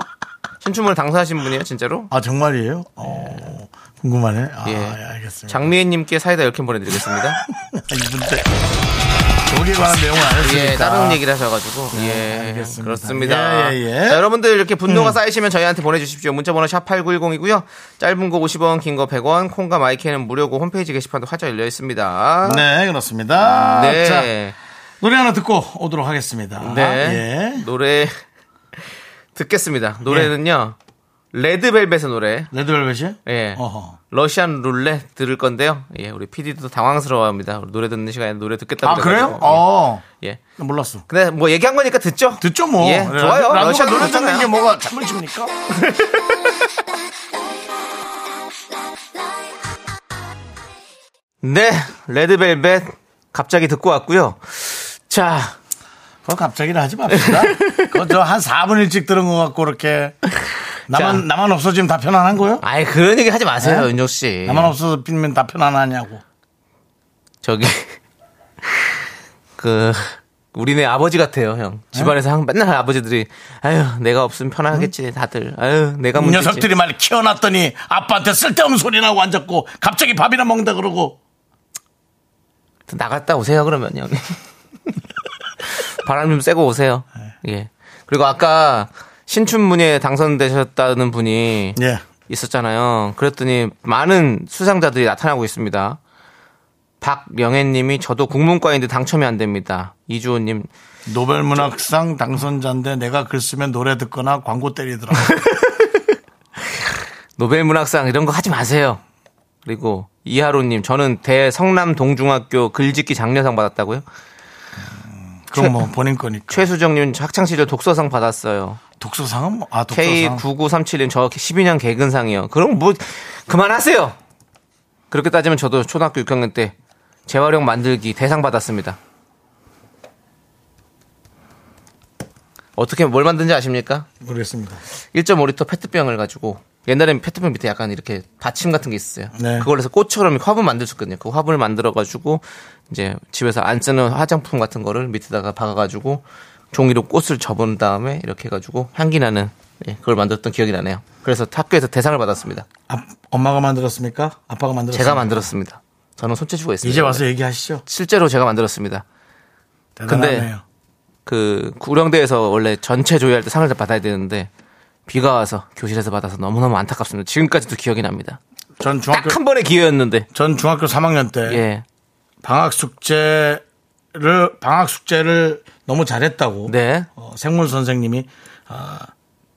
신춘문예 당선하신 분이에요, 진짜로? 아 정말이에요? 어, 궁금하네. 아, 예. 예, 알겠습니다. 장미애님께 사이다 10캔 보내드리겠습니다. 이분들 거기에 관한 내용은 안 했으니까. 네, 예, 다른 얘기를 하셔가지고. 예, 그러니까. 알겠습니다. 그렇습니다. 예, 예, 음. 예. 자, 여러분들 이렇게 분노가 쌓이시면 저희한테 보내주십시오. 문자번호 샵8910이고요. 짧은 거 50원, 긴 거 100원, 콩과 마이크는 무료고 홈페이지 게시판도 활짝 열려 있습니다. 네, 그렇습니다. 네. 자, 노래 하나 듣고 오도록 하겠습니다. 네. 예. 노래 듣겠습니다. 노래는요. 레드벨벳의 노래. 레드벨벳이요? 예. 어허. 러시안 룰렛 들을 건데요. 예, 우리 PD도 당황스러워합니다. 우리 노래 듣는 시간에 노래 듣겠다고 아, 그래요? 그래가지고. 어. 예. 예. 몰랐어. 근데 뭐 얘기한 거니까 듣죠? 듣죠, 뭐. 예, 좋아요. 라디오가 러시아 노래 좋잖아요. 듣는 게 뭐가 참을 줍니까? 네. 레드벨벳 갑자기 듣고 왔고요. 자, 그거 갑자기는 하지 맙시다. 그거 저한 4분 일찍 들은 것 같고, 이렇게. 나만, 자. 나만 없어지면 다 편안한 거요? 아예 예. 그런 얘기 하지 마세요, 네? 윤종 씨. 나만 없어지면 다 편안하냐고. 저기 그 우리네 아버지 같아요, 형. 집안에서 항 맨날 아버지들이 아유, 내가 없으면 편하겠지, 다들. 아유, 내가 문제지. 녀석들이 말 키워놨더니 아빠한테 쓸데없는 소리 나고 앉았고 갑자기 밥이나 먹는다 그러고 나갔다 오세요 그러면 형님. 바람 좀 쐬고 오세요. 예. 그리고 아까 신춘문예 당선되셨다는 분이 예. 있었잖아요. 그랬더니 많은 수상자들이 나타나고 있습니다. 박명혜님이 저도 국문과인데 당첨이 안 됩니다. 이주호님 노벨 문학상 당선자인데 내가 글 쓰면 노래 듣거나 광고 때리더라. 노벨 문학상 이런 거 하지 마세요. 그리고 이하로님 저는 대성남 동중학교 글짓기 장려상 받았다고요? 그럼 뭐 본인 거니까. 최수정님 학창 시절 독서상 받았어요. 독서상은 뭐- 아 독서상. K9937님 저 12년 개근상이요. 그럼 뭐 그만하세요. 그렇게 따지면 저도 초등학교 6학년 때 재활용 만들기 대상 받았습니다. 어떻게 뭘 만든지 아십니까? 모르겠습니다. 1.5리터 페트병을 가지고 옛날에는 페트병 밑에 약간 이렇게 받침 같은 게 있어요. 네. 그걸 해서 꽃처럼 이렇게 화분 만들 수 있거든요. 그 화분을 만들어 가지고 이제 집에서 안 쓰는 화장품 같은 거를 밑에다가 박아 가지고 종이로 꽃을 접은 다음에 이렇게 해 가지고 향기 나는 예, 그걸 만들었던 기억이 나네요. 그래서 학교에서 대상을 받았습니다. 아, 엄마가 만들었습니까? 아빠가 만들었어요. 제가 만들었습니다. 저는 손재주가 있습니다. 이제 와서 얘기하시죠. 실제로 제가 만들었습니다. 대단하네요. 그 구령대에서 원래 전체 조회할 때 상을 받아야 되는데 비가 와서 교실에서 받아서 너무너무 안타깝습니다. 지금까지도 기억이 납니다. 전 딱 중학교 한 번의 기회였는데. 전 중학교 3학년 때 예. 방학 숙제를 방학 숙제를 너무 잘했다고 네. 어, 생물 선생님이 아,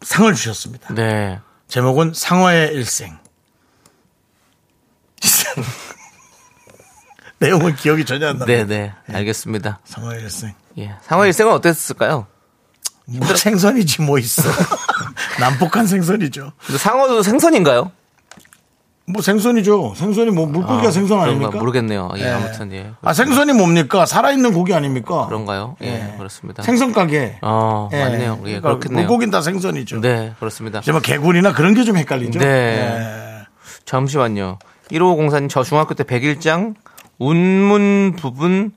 상을 주셨습니다. 네. 제목은 상어의 일생. 내용은 기억이 전혀 안 나. 네, 네. 알겠습니다. 상어의 일생. 예. 상어 일생은 어땠을까요? 뭐 생선이지 뭐 있어. 난폭한 생선이죠. 근데 상어도 생선인가요? 뭐 생선이죠. 생선이 뭐 물고기가 아, 생선 그런가? 아닙니까? 모르겠네요. 예, 예. 아무튼 예. 아 생선이 뭡니까? 살아있는 고기 아닙니까? 그런가요? 예, 예. 그렇습니다. 생선 가게. 어, 예. 맞네요. 예, 그러니까 그렇겠네요. 물고기는 다 생선이죠. 네, 그렇습니다. 이제 뭐 개구리나 그런 게 좀 헷갈리죠. 네. 잠시만요. 1504님, 저 중학교 때 101장 운문 부분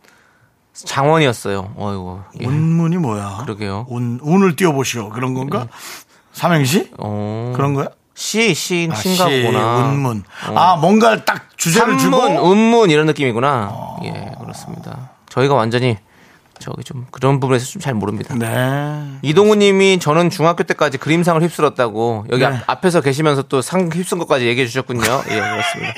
장원이었어요. 어이구. 예. 예. 운문이 뭐야? 그러게요. 운 음. 운을 띄워보시오. 그런 건가? 삼행시? 어. 그런 거야? 시, 시인, 아, 음, 신가 시, 보구나. 어. 운문. 아 뭔가를 딱 주제를 산문, 주고 음문 이런 느낌이구나. 예, 그렇습니다. 저희가 완전히 저기 좀 그런 부분에서 좀 잘 모릅니다. 네. 이동우님이 저는 중학교 때까지 그림상을 휩쓸었다고 여기 네. 앞, 앞에서 계시면서 또 상 휩쓴 것까지 얘기해 주셨군요. 예, 그렇습니다.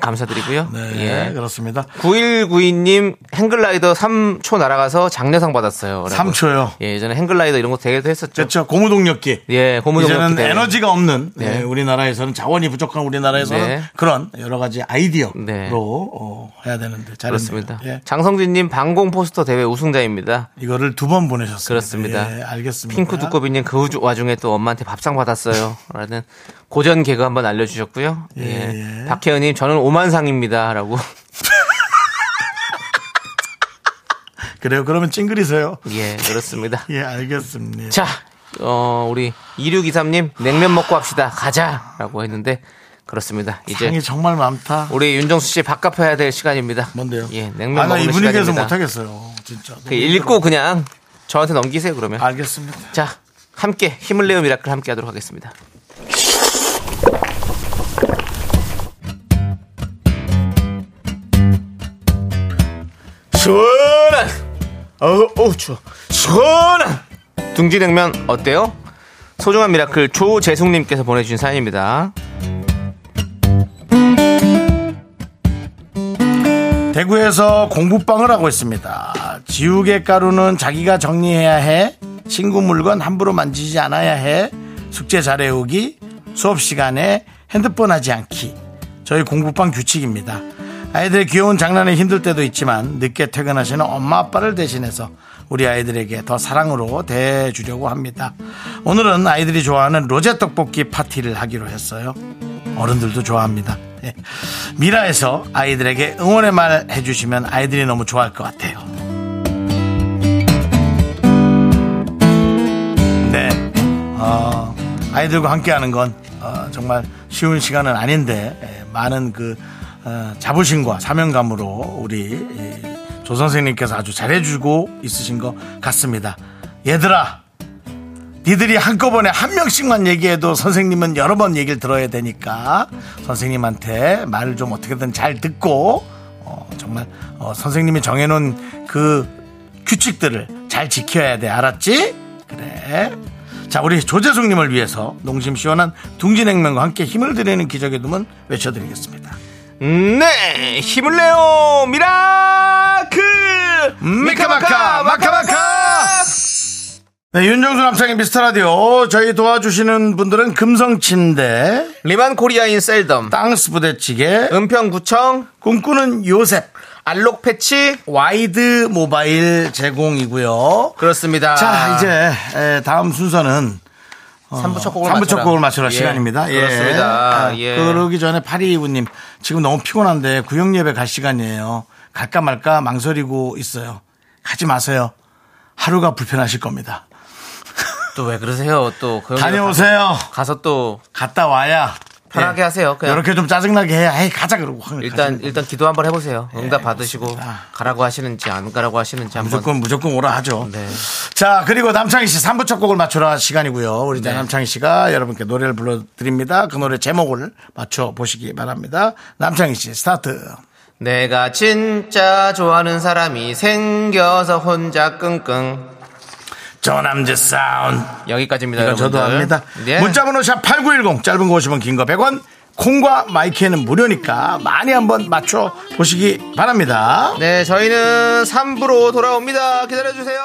감사드리고요. 네, 예. 그렇습니다. 9192님 행글라이더 3초 날아가서 장려상 받았어요. 라고. 3초요. 예, 예전에 행글라이더 이런 거 대회도 했었죠. 그렇죠. 고무동력기. 예, 고무동력기 이제는 대회. 에너지가 없는 네. 예, 우리나라에서는 자원이 부족한 우리나라에서는 네. 그런 여러 가지 아이디어로 네. 어, 해야 되는데 잘했네요. 그렇습니다. 예. 장성진님 방공 포스터 대회 우승자입니다. 이거를 두 번 보내셨습니다. 그렇습니다. 예, 알겠습니다. 핑크 두꺼비님 그 우주- 와중에 또 엄마한테 밥상 받았어요. 라는 고전 개그 한번 알려주셨고요. 예. 예, 예. 박혜은님 저는 오만상입니다. 라고. 그래요. 그러면 찡그리세요. 예, 그렇습니다. 예, 알겠습니다. 자, 어, 우리 2623님 냉면 먹고 합시다. 가자. 라고 했는데 그렇습니다. 이제 상이 정말 많다. 우리 윤정수 씨 밥값 해야 될 시간입니다. 뭔데요? 예, 냉면 아, 나이 먹는 분위기에서 시간입니다. 못하겠어요. 진짜. 그 읽고 그냥 저한테 넘기세요 그러면. 아. 알겠습니다. 자, 함께 힘을 내어 미라클 함께 하도록 하겠습니다. 시원한! 어우, 어우, 추워. 시원한! 둥지냉면 어때요? 소중한 미라클 조재숙님께서 보내주신 사연입니다. 대구에서 공부방을 하고 있습니다. 지우개 가루는 자기가 정리해야 해. 친구 물건 함부로 만지지 않아야 해. 숙제 잘 해오기. 수업 시간에 핸드폰 하지 않기. 저희 공부방 규칙입니다. 아이들의 귀여운 장난에 힘들 때도 있지만 늦게 퇴근하시는 엄마 아빠를 대신해서 우리 아이들에게 더 사랑으로 대해주려고 합니다. 오늘은 아이들이 좋아하는 로제 떡볶이 파티를 하기로 했어요. 어른들도 좋아합니다. 예. 미라에서 아이들에게 응원의 말 해주시면 아이들이 너무 좋아할 것 같아요. 네. 어, 아이들과 함께하는 건 어, 정말 쉬운 시간은 아닌데 예, 많은 그 어, 자부심과 사명감으로 우리 예, 조 선생님께서 아주 잘해주고 있으신 것 같습니다. 얘들아, 니들이 한꺼번에 한 명씩만 얘기해도 선생님은 여러 번 얘기를 들어야 되니까 선생님한테 말을 좀 어떻게든 잘 듣고 어, 정말 어, 선생님이 정해놓은 그 규칙들을 잘 지켜야 돼. 알았지? 그래. 자, 우리 조재숙님을 위해서 농심 시원한 둥지냉면과 함께 힘을 드리는 기적의 눈은 외쳐드리겠습니다. 네 힘을 내요 미라클 음, 미카마카, 마카마카! 네, 윤정수 남창의 미스터 라디오. 저희 도와주시는 분들은 금성침대, 리만 코리아인 셀덤 땅스 부대찌개, 은평구청 꿈꾸는 요셉, 알록 패치 와이드 모바일 제공이고요. 그렇습니다 자, 이제 에, 다음 순서는 3부 어, 첫 곡을 3부 첫 곡을 맞추라 예, 시간입니다. 예. 그렇습니다 아, 예. 그러기 전에 8229님, 지금 너무 피곤한데 구역 예배 갈 시간이에요. 갈까 말까 망설이고 있어요. 가지 마세요. 하루가 불편하실 겁니다. 또 왜 그러세요 예. 또 그 다녀오세요. 가서 또 갔다 와야 예. 편하게 하세요, 그냥. 이렇게 좀 짜증나게 해야 에이, 가자 그러고 확 일단 가지. 일단 기도 한번 해보세요 응답 받으시고 그렇습니다. 가라고 하시는지 안 가라고 하시는지 한번 무조건 무조건 오라 하죠. 네. 자 그리고 남창희 씨 3부 첫 곡을 맞추라 시간이고요. 우리 이제 네. 남창희 씨가 여러분께 노래를 불러드립니다. 그 노래 제목을 맞춰 보시기 바랍니다. 남창희 씨 스타트. 내가 진짜 좋아하는 사람이 생겨서 혼자 끙끙 조남지 사운드. 여기까지입니다 이건 저도 여러분들. 합니다. 예. 문자번호 샵 8910 짧은 거 50원 긴 거 100원 콩과 마이키에는 무료니까 많이 한번 맞춰 보시기 바랍니다. 네, 저희는 3부로 돌아옵니다. 기다려주세요.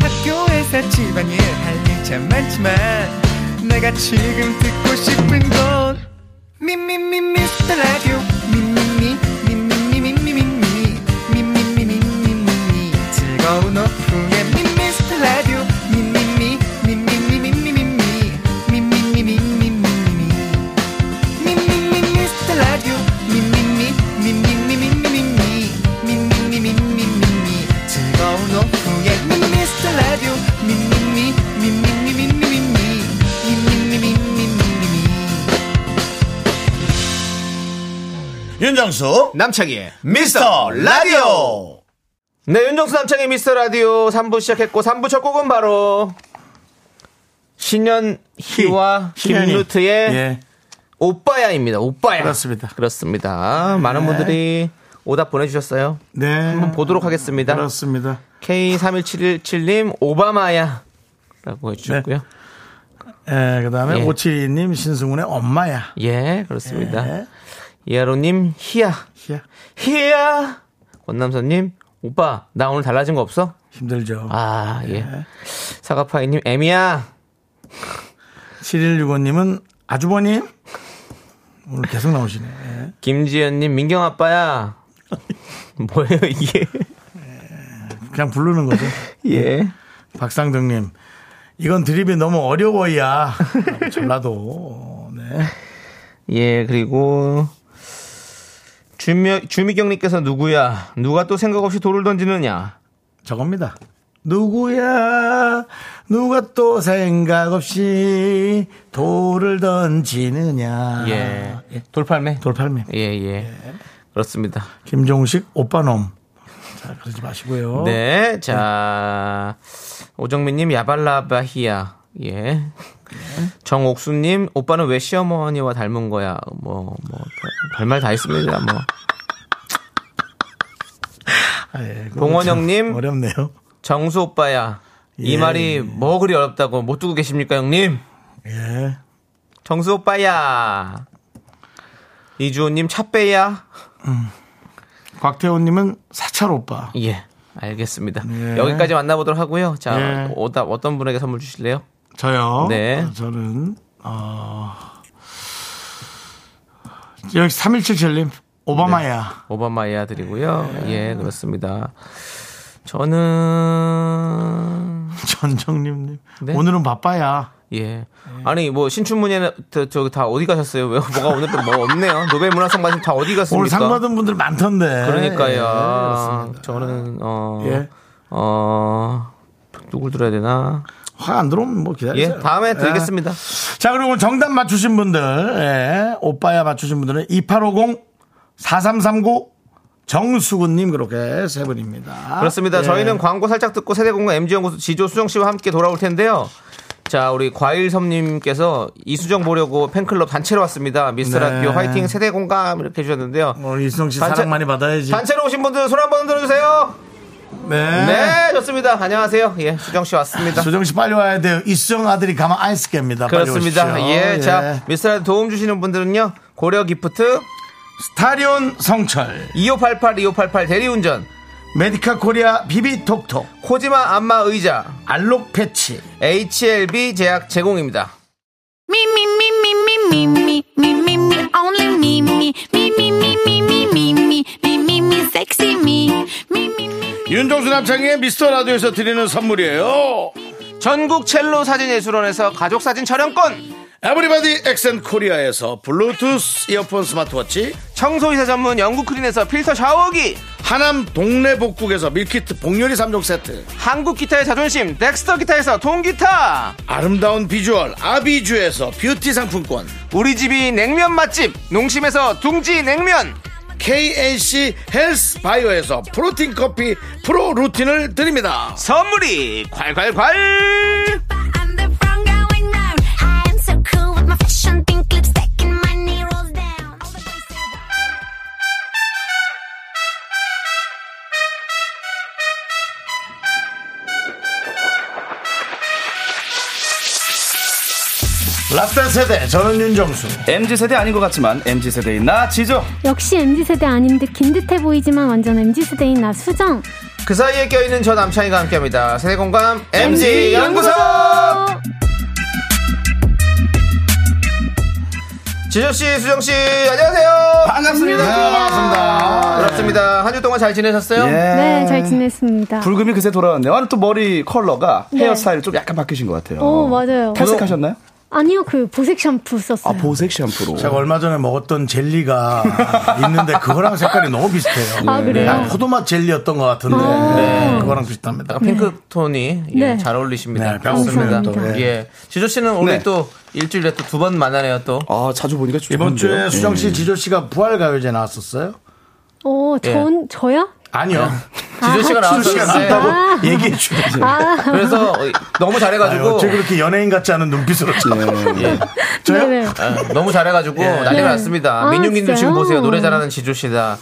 학교에서 집안일 할 일 참 많지만 내가 지금 듣고 싶은 건 미미미 미스터 라디오 미미미 미미미 미미미 미미미 미미미 즐거운 오후에 미스터 라디오 미미미 미미미 미미미 미미미 미미미 미미미 미스터 라디오 미미미 미미미 미미미 미미미 미미미 즐거운 오후에 미스터 라디오 미미미 미미미 미미미 미미미 미미미 윤정수 남창희의 미스터 라디오 네, 윤정수 남창희 미스터 라디오 3부 시작했고, 3부 첫 곡은 바로 신현희와 김루트의 예. 오빠야입니다. 오빠야. 그렇습니다. 그렇습니다. 많은 분들이 오답 보내주셨어요. 네. 한번 보도록 하겠습니다. 그렇습니다. K31717님, 오바마야. 라고 해주셨고요. 예, 그다음에 예. 오칠이님 신승훈의 엄마야. 예, 그렇습니다. 예. 이하로님, 희야. 야, 희야 권남선님 오빠 나 오늘 달라진 거 없어? 힘들죠. 아예 사과파이님 애미야 7165님은 아주버님 오늘 계속 나오시네. 예. 김지연님 민경 아빠야 뭐예요 이게 그냥 부르는 거죠. 예 박상덕님 이건 드립이 너무 어려워야 전라도. 네. 예, 그리고 주미, 주미경님께서 누구야 누가 또 생각 없이 돌을 던지느냐 저겁니다. 누구야 누가 또 생각 없이 돌을 던지느냐. 예 돌팔매 돌팔매. 예예 그렇습니다 김종식 오빠놈. 자, 그러지 마시고요. 네, 자 오정민님 야발라바히야, 예. 정옥수님 오빠는 왜 시어머니와 닮은 거야? 뭐 뭐 별말 다 있습니다. 뭐 아, 예, 그거 봉원영님. 참 어렵네요. 정수 오빠야 이 예. 말이 뭐 그리 어렵다고 못 두고 계십니까 형님? 예. 정수 오빠야 이주호님 차빼야 곽태호님은 사찰 오빠. 예. 알겠습니다. 예. 여기까지 만나보도록 하고요. 자, 예. 오답 어떤 분에게 선물 주실래요? 저요. 네. 어, 저는 어 여기 3177님 오바마야. 오바마야 드리고요. 네. 예, 그렇습니다. 저는 전정님님 네. 오늘은 바빠야. 예. 아니 뭐 신춘문예 저기 다 어디 가셨어요? 왜 뭐가 오늘 또 뭐 없네요? 노벨 문화상 받은 다 어디 갔습니까? 오늘 상 받은 분들 많던데. 네, 그러니까요. 저는 예. 어어 누굴 들어야 되나? 화 안 들어오면 뭐 기다리세요. 예, 다음에 드리겠습니다. 자, 그리고 정답 맞추신 분들, 예, 오빠야 맞추신 분들은 2850, 4339, 정수근님 그렇게 세 분입니다. 그렇습니다. 예. 저희는 광고 살짝 듣고 세대공간 MG 연구소 지조 수정 씨와 함께 돌아올 텐데요. 자, 우리 과일섭님께서 이수정 보려고 팬클럽 단체로 왔습니다. 미스터 네. 라디오 화이팅 세대 공감 이렇게 해주셨는데요. 어, 이수정 씨 단체- 사랑 많이 받아야지. 단체로 오신 분들 손 한번 들어주세요. 예. 네. 네, 좋습니다. 안녕하세요. 예, 수정 씨 왔습니다. 수정 씨 빨리 와야 돼요. 이수정 아들이 가면 아이스 깹니다. 빨리 그렇습니다. 오십시오. 예, 자, 미스터라디오 도움 주시는 분들은요. 고려 기프트, 스타리온 성철, 2588, 2588 대리운전, 메디카 코리아 비비톡톡, 코지마 안마 의자, 알록 패치, HLB 제약 제공입니다. Me, me, me, me, me, me, me, me, me, me, only me, me, me, me, me, me, me, me, me, me, me, me, sexy me, me, me, me. 윤종수 남창의 미스터 라디오에서 드리는 선물이에요. 전국 첼로 사진예술원에서 가족사진 촬영권! 에브리바디 엑센 코리아에서 블루투스 이어폰 스마트워치, 청소이사 전문 영국크린에서 필터 샤워기! 하남 동네 복국에서 밀키트 복요리 3종 세트, 한국기타의 자존심 덱스터 기타에서 통기타! 아름다운 비주얼 아비주에서 뷰티 상품권, 우리집이 냉면 맛집 농심에서 둥지 냉면! KNC 헬스 바이오에서 프로틴 커피 프로 루틴을 드립니다. 선물이 콸콸콸! I'm the front going round. I am so cool with my fashion pink lipstick and my knee rolls down. All the boys say, 라스타 세대 저는 윤정수. MZ 세대 아닌 것 같지만 MZ 세대인 나 지죠. 역시 MZ세대 아닌 듯 긴 듯해 보이지만 완전 MZ세대인 나 수정. 그 사이에 껴있는 저 남창희가 함께합니다. 세대공감 MG 연구소. 지조 씨, 수정 씨, 안녕하세요. 네, 반갑습니다. 반갑습니다. 그렇습니다. 한 주 동안 잘 지내셨어요? 예. 네, 잘 지냈습니다. 불금이 그새 돌아왔네요. 오늘 또 머리 컬러가 네. 헤어스타일이 좀 약간 바뀌신 것 같아요. 어, 맞아요. 탈색하셨나요? 아니요, 그 보색 샴푸 썼어요. 아 보색 샴푸로. 제가 얼마 전에 먹었던 젤리가 있는데 그거랑 색깔이 너무 비슷해요. 아, 그래요? 아. 약간 포도맛 젤리였던 것 같은데 네, 그거랑 비슷합니다. 약간 핑크톤이 예, 네. 잘 어울리십니다. 네, 배고프네요, 또. 감사합니다. 예. 예. 지조 씨는 올해 네. 또 일주일에 또 두 번 만나네요, 또. 아 자주 보니까 좀 이번 좋은데요? 주에 수정 씨, 음. 지조 씨가 부활 가요제 나왔었어요? 어, 전, 저요? 아니요. 지조 씨가 아, 네. 수정 씨가 나왔었는데. 나왔다고 얘기해 주세요. 그래서 너무 아유, 잘해가지고. 어째 그렇게 연예인 같지 않은 눈빛으로 네. 쳐다봐요. 예. 저요? 네네. 아, 너무 예. 잘해가지고 난리가 네. 났습니다. 아, 민윤기님 지금 진짜요? 보세요. 노래 잘하는 지조 씨다.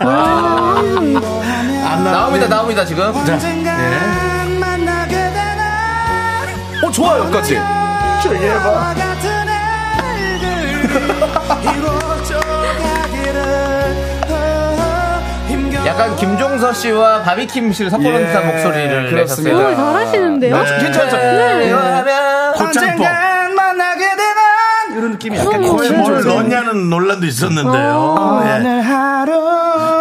안 나옵니다, 나옵니다, 지금. 어 좋아요 여기까지. 약간 김종서 씨와 바비킴 씨를 섞어놓은 예, 듯한 목소리를 그렇습니다. 오, 내셨어요. 잘하시는데요? 괜찮죠? 콧장뽕. 만나게 되면 이런 느낌이 약간 어머. 코에 좀 뭘 좀- 넣냐는 논란도 있었는데요. 예. 오늘 하루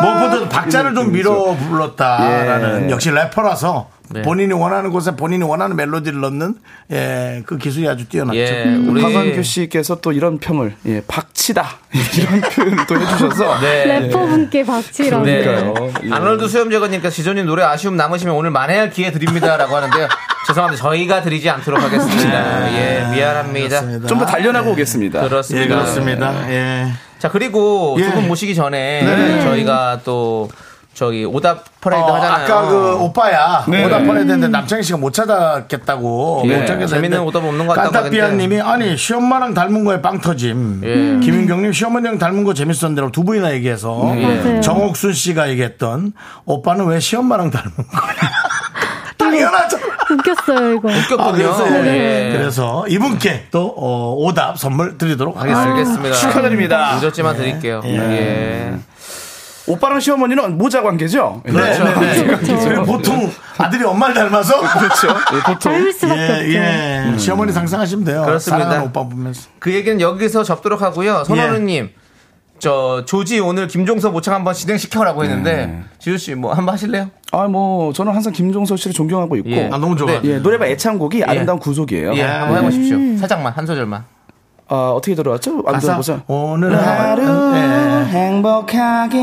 무엇보다 박자를 좀 밀어 불렀다라는 예. 역시 래퍼라서 네. 본인이 원하는 곳에 본인이 원하는 멜로디를 넣는 예, 그 기술이 아주 뛰어났죠. 예, 우리 우리 음, 박완규 씨께서 또 이런 평을 예, 박치다 이런 표현을 또 해주셔서 네. 래퍼분께 박치라고. 네. 그러니까요. 예. 아놀드 수염제거님께서 지조님 노래 아쉬움 남으시면 오늘 만회할 기회 드립니다라고 하는데요. 죄송합니다. 저희가 드리지 않도록 하겠습니다. 예, 미안합니다. 그렇습니다. 좀 더 단련하고 오겠습니다. 네. 예, 그렇습니다. 예. 자, 그리고 예. 두 분 모시기 전에 저희가 또 저기 오답 퍼레이드 어, 하잖아요. 아까 그 오빠야 네. 오답 보내는데 남창희 씨가 못 찾았겠다고 예. 못 찾겠다 했는데 재밌는 오답 없는 것 같다고 깐타피아님이 아니 시엄마랑 닮은 거에 빵 터짐 예. 김윤경님 시어머니랑 닮은 거 재밌었는데라고 두 분이나 얘기해서 예. 맞아요. 정옥순 씨가 얘기했던 오빠는 왜 시엄마랑 닮은 거야 당연하죠 아, 웃겼어요, 이거. 네, 웃겼군요. 그래서, 예. 예. 그래서 이분께 또 어, 오답 선물 드리도록 하겠습니다 알겠습니다. 음, 축하드립니다. 늦었지만 드릴게요. 예. 오빠랑 시어머니는 모자 관계죠? 아, 그렇죠. 네. 네, 네. 그렇죠. 왜 보통 아들이 엄마를 닮아서 그렇죠. 닮을 수밖에 예, 없죠. 네. 예. 시어머니 상상하시면 돼요. 그렇습니다. 사랑하는 오빠 보면서. 그 얘기는 여기서 접도록 하고요. 선호루님. 저 조지 오늘 김종서 모창 한번 진행시켜라고 했는데 지우 씨 뭐 한번 하실래요? 아, 뭐, 저는 항상 김종서 씨를 존경하고 있고. 예. 아, 너무 좋아. 네. 예, 노래방 애창곡이 아름다운 구속이에요. 예, 한번 해보십시오. 살짝만 한 소절만. 아, 어떻게 들어왔죠? 안 가사 들어보죠? 오늘 하루 예. 예. 행복하게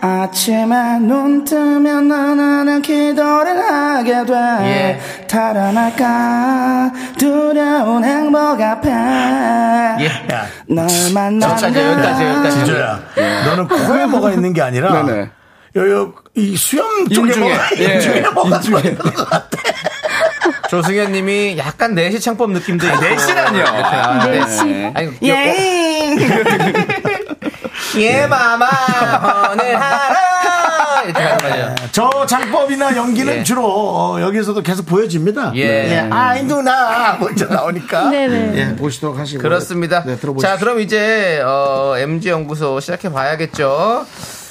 아침에 눈 뜨면 나는 기도를 하게 돼 예. 달아날까 두려운 행복 앞에 아. 예. 야, 널 만나 여기까지 여기까지 여기까지. 지조야. 너는 코에 뭐가 있는 게 아니라 네네. 요, 요, 이 수염 쪽에 인중에 뭐가 예. 인중에 뭐가 인중에. 있는 것 같아. 조승현 님이 약간 내시창법 느낌도 있고. 내시라뇨. 이렇게, 아, 네. 내시. 아니, 예. 예, 마마. 오늘 하라. 이렇게 가는 거죠. 저 장법이나 연기는 예. 주로 어, 여기서도 계속 보여집니다. 예. 아이 누나 먼저 나오니까 네네. 예, 보시도록 하시고 그렇습니다. 네, 들어보시죠. 자, 그럼 이제 어, MG 연구소 시작해 봐야겠죠.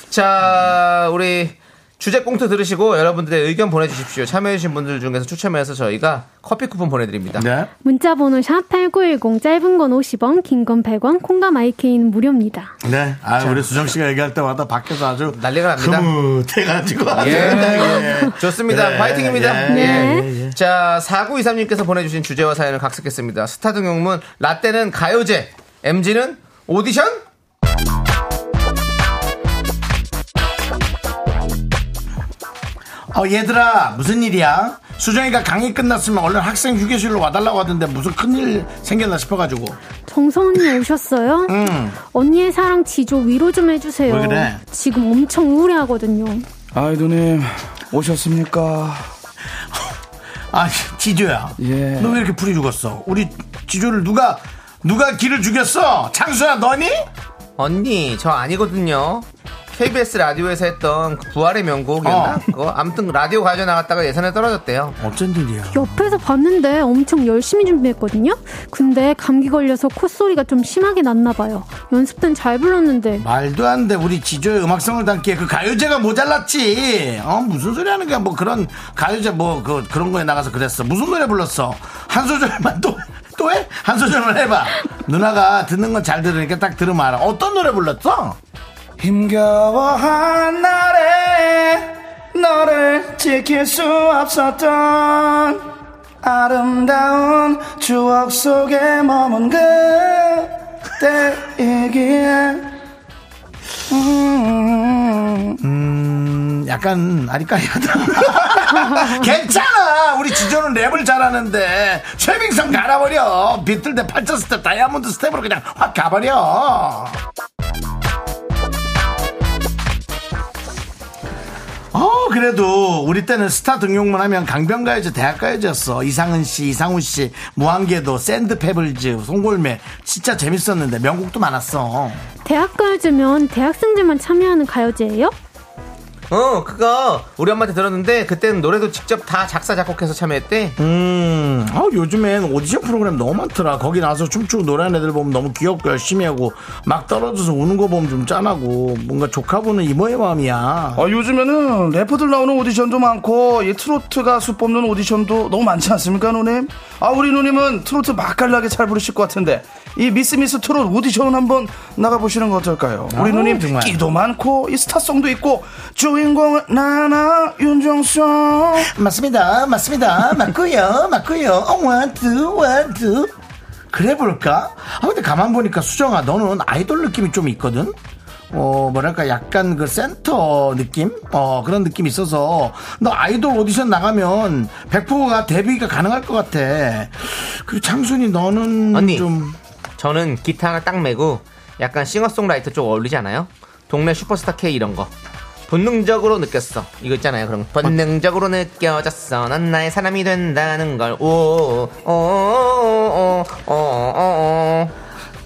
자, 우리 주제 꽁트 들으시고 여러분들의 의견 보내주십시오. 참여해주신 분들 중에서 추첨해서 저희가 커피 쿠폰 보내드립니다. 네. 문자번호 샵8910 짧은 건 50원, 긴 건 100원, 콩과 마이케이는 무료입니다. 네, 아 우리 수정 씨가 얘기할 때마다 밖에서 아주 난리가 납니다. 흐뭇해가지고 아주 예. 그냥, 예. 좋습니다. 예, 파이팅입니다. 예, 예. 예, 예. 자, 4923님께서 보내주신 주제와 사연을 각색했습니다. 스타 등용문, 라떼는 가요제, MG는 오디션? 어 얘들아 무슨 일이야? 수정이가 강의 끝났으면 얼른 학생 휴게실로 와달라고 하던데 무슨 큰일 생겼나 싶어가지고 정선 언니 오셨어요? 음. 언니의 사랑 지조 위로 좀 해주세요. 왜 그래? 지금 엄청 우울해하거든요. 아이 누님 오셨습니까? 아 지조야 예. 너 왜 이렇게 풀이 죽었어? 우리 지조를 누가 누가 길을 죽였어? 창수야 너니? 언니, 저 아니거든요. KBS 라디오에서 했던 그 부활의 명곡이었나? 그거? 아무튼 라디오 가져 나갔다가 예선에 떨어졌대요. 어쩐 일이야? 옆에서 봤는데 엄청 열심히 준비했거든요? 근데 감기 걸려서 콧소리가 좀 심하게 났나 봐요. 연습 때는 잘 불렀는데. 말도 안 돼. 우리 지조의 음악성을 담기에 그 가요제가 모자랐지. 어, 무슨 소리 하는 거야. 뭐 그런 가요제 뭐 그, 그런 거에 나가서 그랬어. 무슨 노래 불렀어? 한 소절만 또, 또 해? 한 소절만 해봐. 누나가 듣는 건 잘 들으니까 딱 들으면 알아. 어떤 노래 불렀어? 힘겨워한 날에 너를 지킬 수 없었던 아름다운 추억 속에 머문 그때이기에 음. 음, 약간 아리까리하다. 괜찮아. 우리 지조는 랩을 잘하는데 최빙선 갈아버려. 비틀 때 팔자 스텝, 다이아몬드 스텝으로 그냥 확 가버려. 어 그래도 우리 때는 스타 등용문 하면 강변가요제 대학가요제였어 이상은 씨 이상훈 씨 무한궤도 샌드페블즈 송골매 진짜 재밌었는데 명곡도 많았어 대학가요제면 대학생들만 참여하는 가요제예요? 어, 그거 우리 엄마한테 들었는데 그때는 노래도 직접 다 작사 작곡해서 참여했대. 음, 아, 요즘엔 오디션 프로그램 너무 많더라. 거기 나와서 춤추고 노래하는 애들 보면 너무 귀엽고 열심히 하고 막 떨어져서 우는 거 보면 좀 짠하고 뭔가 조카보는 이모의 마음이야. 아, 요즘에는 래퍼들 나오는 오디션도 많고 이 트로트 가수 뽑는 오디션도 너무 많지 않습니까 누님? 아 우리 누님은 트로트 맛깔나게 잘 부르실 것 같은데 이 미스 미스 트롯 오디션 한번 나가보시는 거 어떨까요? 우리 아, 누님 정말. 끼도 많고 이 스타성도 있고 주인공은 나나 윤정수 맞습니다. 맞습니다. 맞고요. 맞고요. 어, 원, 투, 원, 투. 그래 볼까? 아, 근데 가만 보니까 수정아, 너는 아이돌 느낌이 좀 있거든? 어, 뭐랄까, 약간 그 센터 느낌? 어, 그런 느낌이 있어서, 너 아이돌 오디션 나가면, 백포가 데뷔가 가능할 것 같아. 그리고 창순이 너는 언니. 좀, 저는 기타 하나 딱 메고 약간 싱어송라이터 쪽 어울리지 않아요? 동네 슈퍼스타 K 이런 거. 본능적으로 느꼈어. 이거 있잖아요. 그럼 본능적으로 느껴졌어. 넌 나의 사람이 된다는 걸. 오, 오, 오, 오, 오, 오, 오.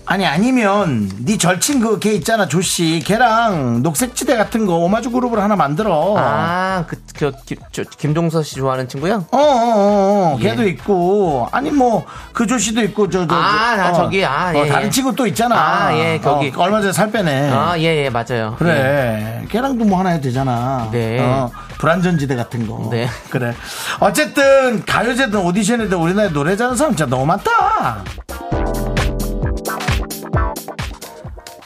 아니, 아니면, 네 절친 그 걔 있잖아, 조씨. 걔랑 녹색지대 같은 거 오마주 그룹을 하나 만들어. 아, 그, 그, 김- 저, 김종서 씨 좋아하는 친구요? 어, 어, 어, 예. 걔도 있고, 아니, 뭐, 그 조씨도 있고, 저, 저, 저 어. 아, 나 저기, 아, 예, 다른 예. 친구 또 있잖아. 아, 예, 거기. 어, 얼마 전에 살 빼네. 아, 예, 예, 맞아요. 예. 그래. 걔랑도 뭐 하나 해도 되잖아. 네. 어, 불안전지대 같은 거. 네. 그래. 어쨌든, 가요제든 오디션이든 우리나라에 노래 잘하는 사람 진짜 너무 많다.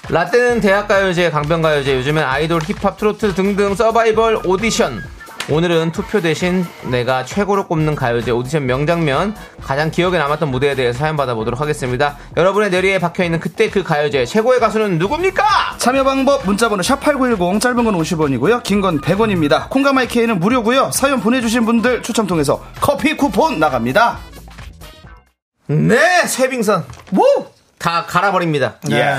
라떼는 대학가요제, 강변가요제, 요즘엔 아이돌, 힙합, 트로트 등등 서바이벌 오디션. 오늘은 투표 대신 내가 최고로 꼽는 가요제 오디션 명장면, 가장 기억에 남았던 무대에 대해서 사연 받아보도록 하겠습니다. 여러분의 뇌리에 박혀있는 그때 그 가요제 최고의 가수는 누굽니까? 참여 방법 문자번호 샵8910 짧은 건 50원이고요 긴 건 100원입니다 콩가마이케이는 무료고요 사연 보내주신 분들 추첨 통해서 커피 쿠폰 나갑니다 네, 최빙선. 뭐? 다 갈아버립니다. 예.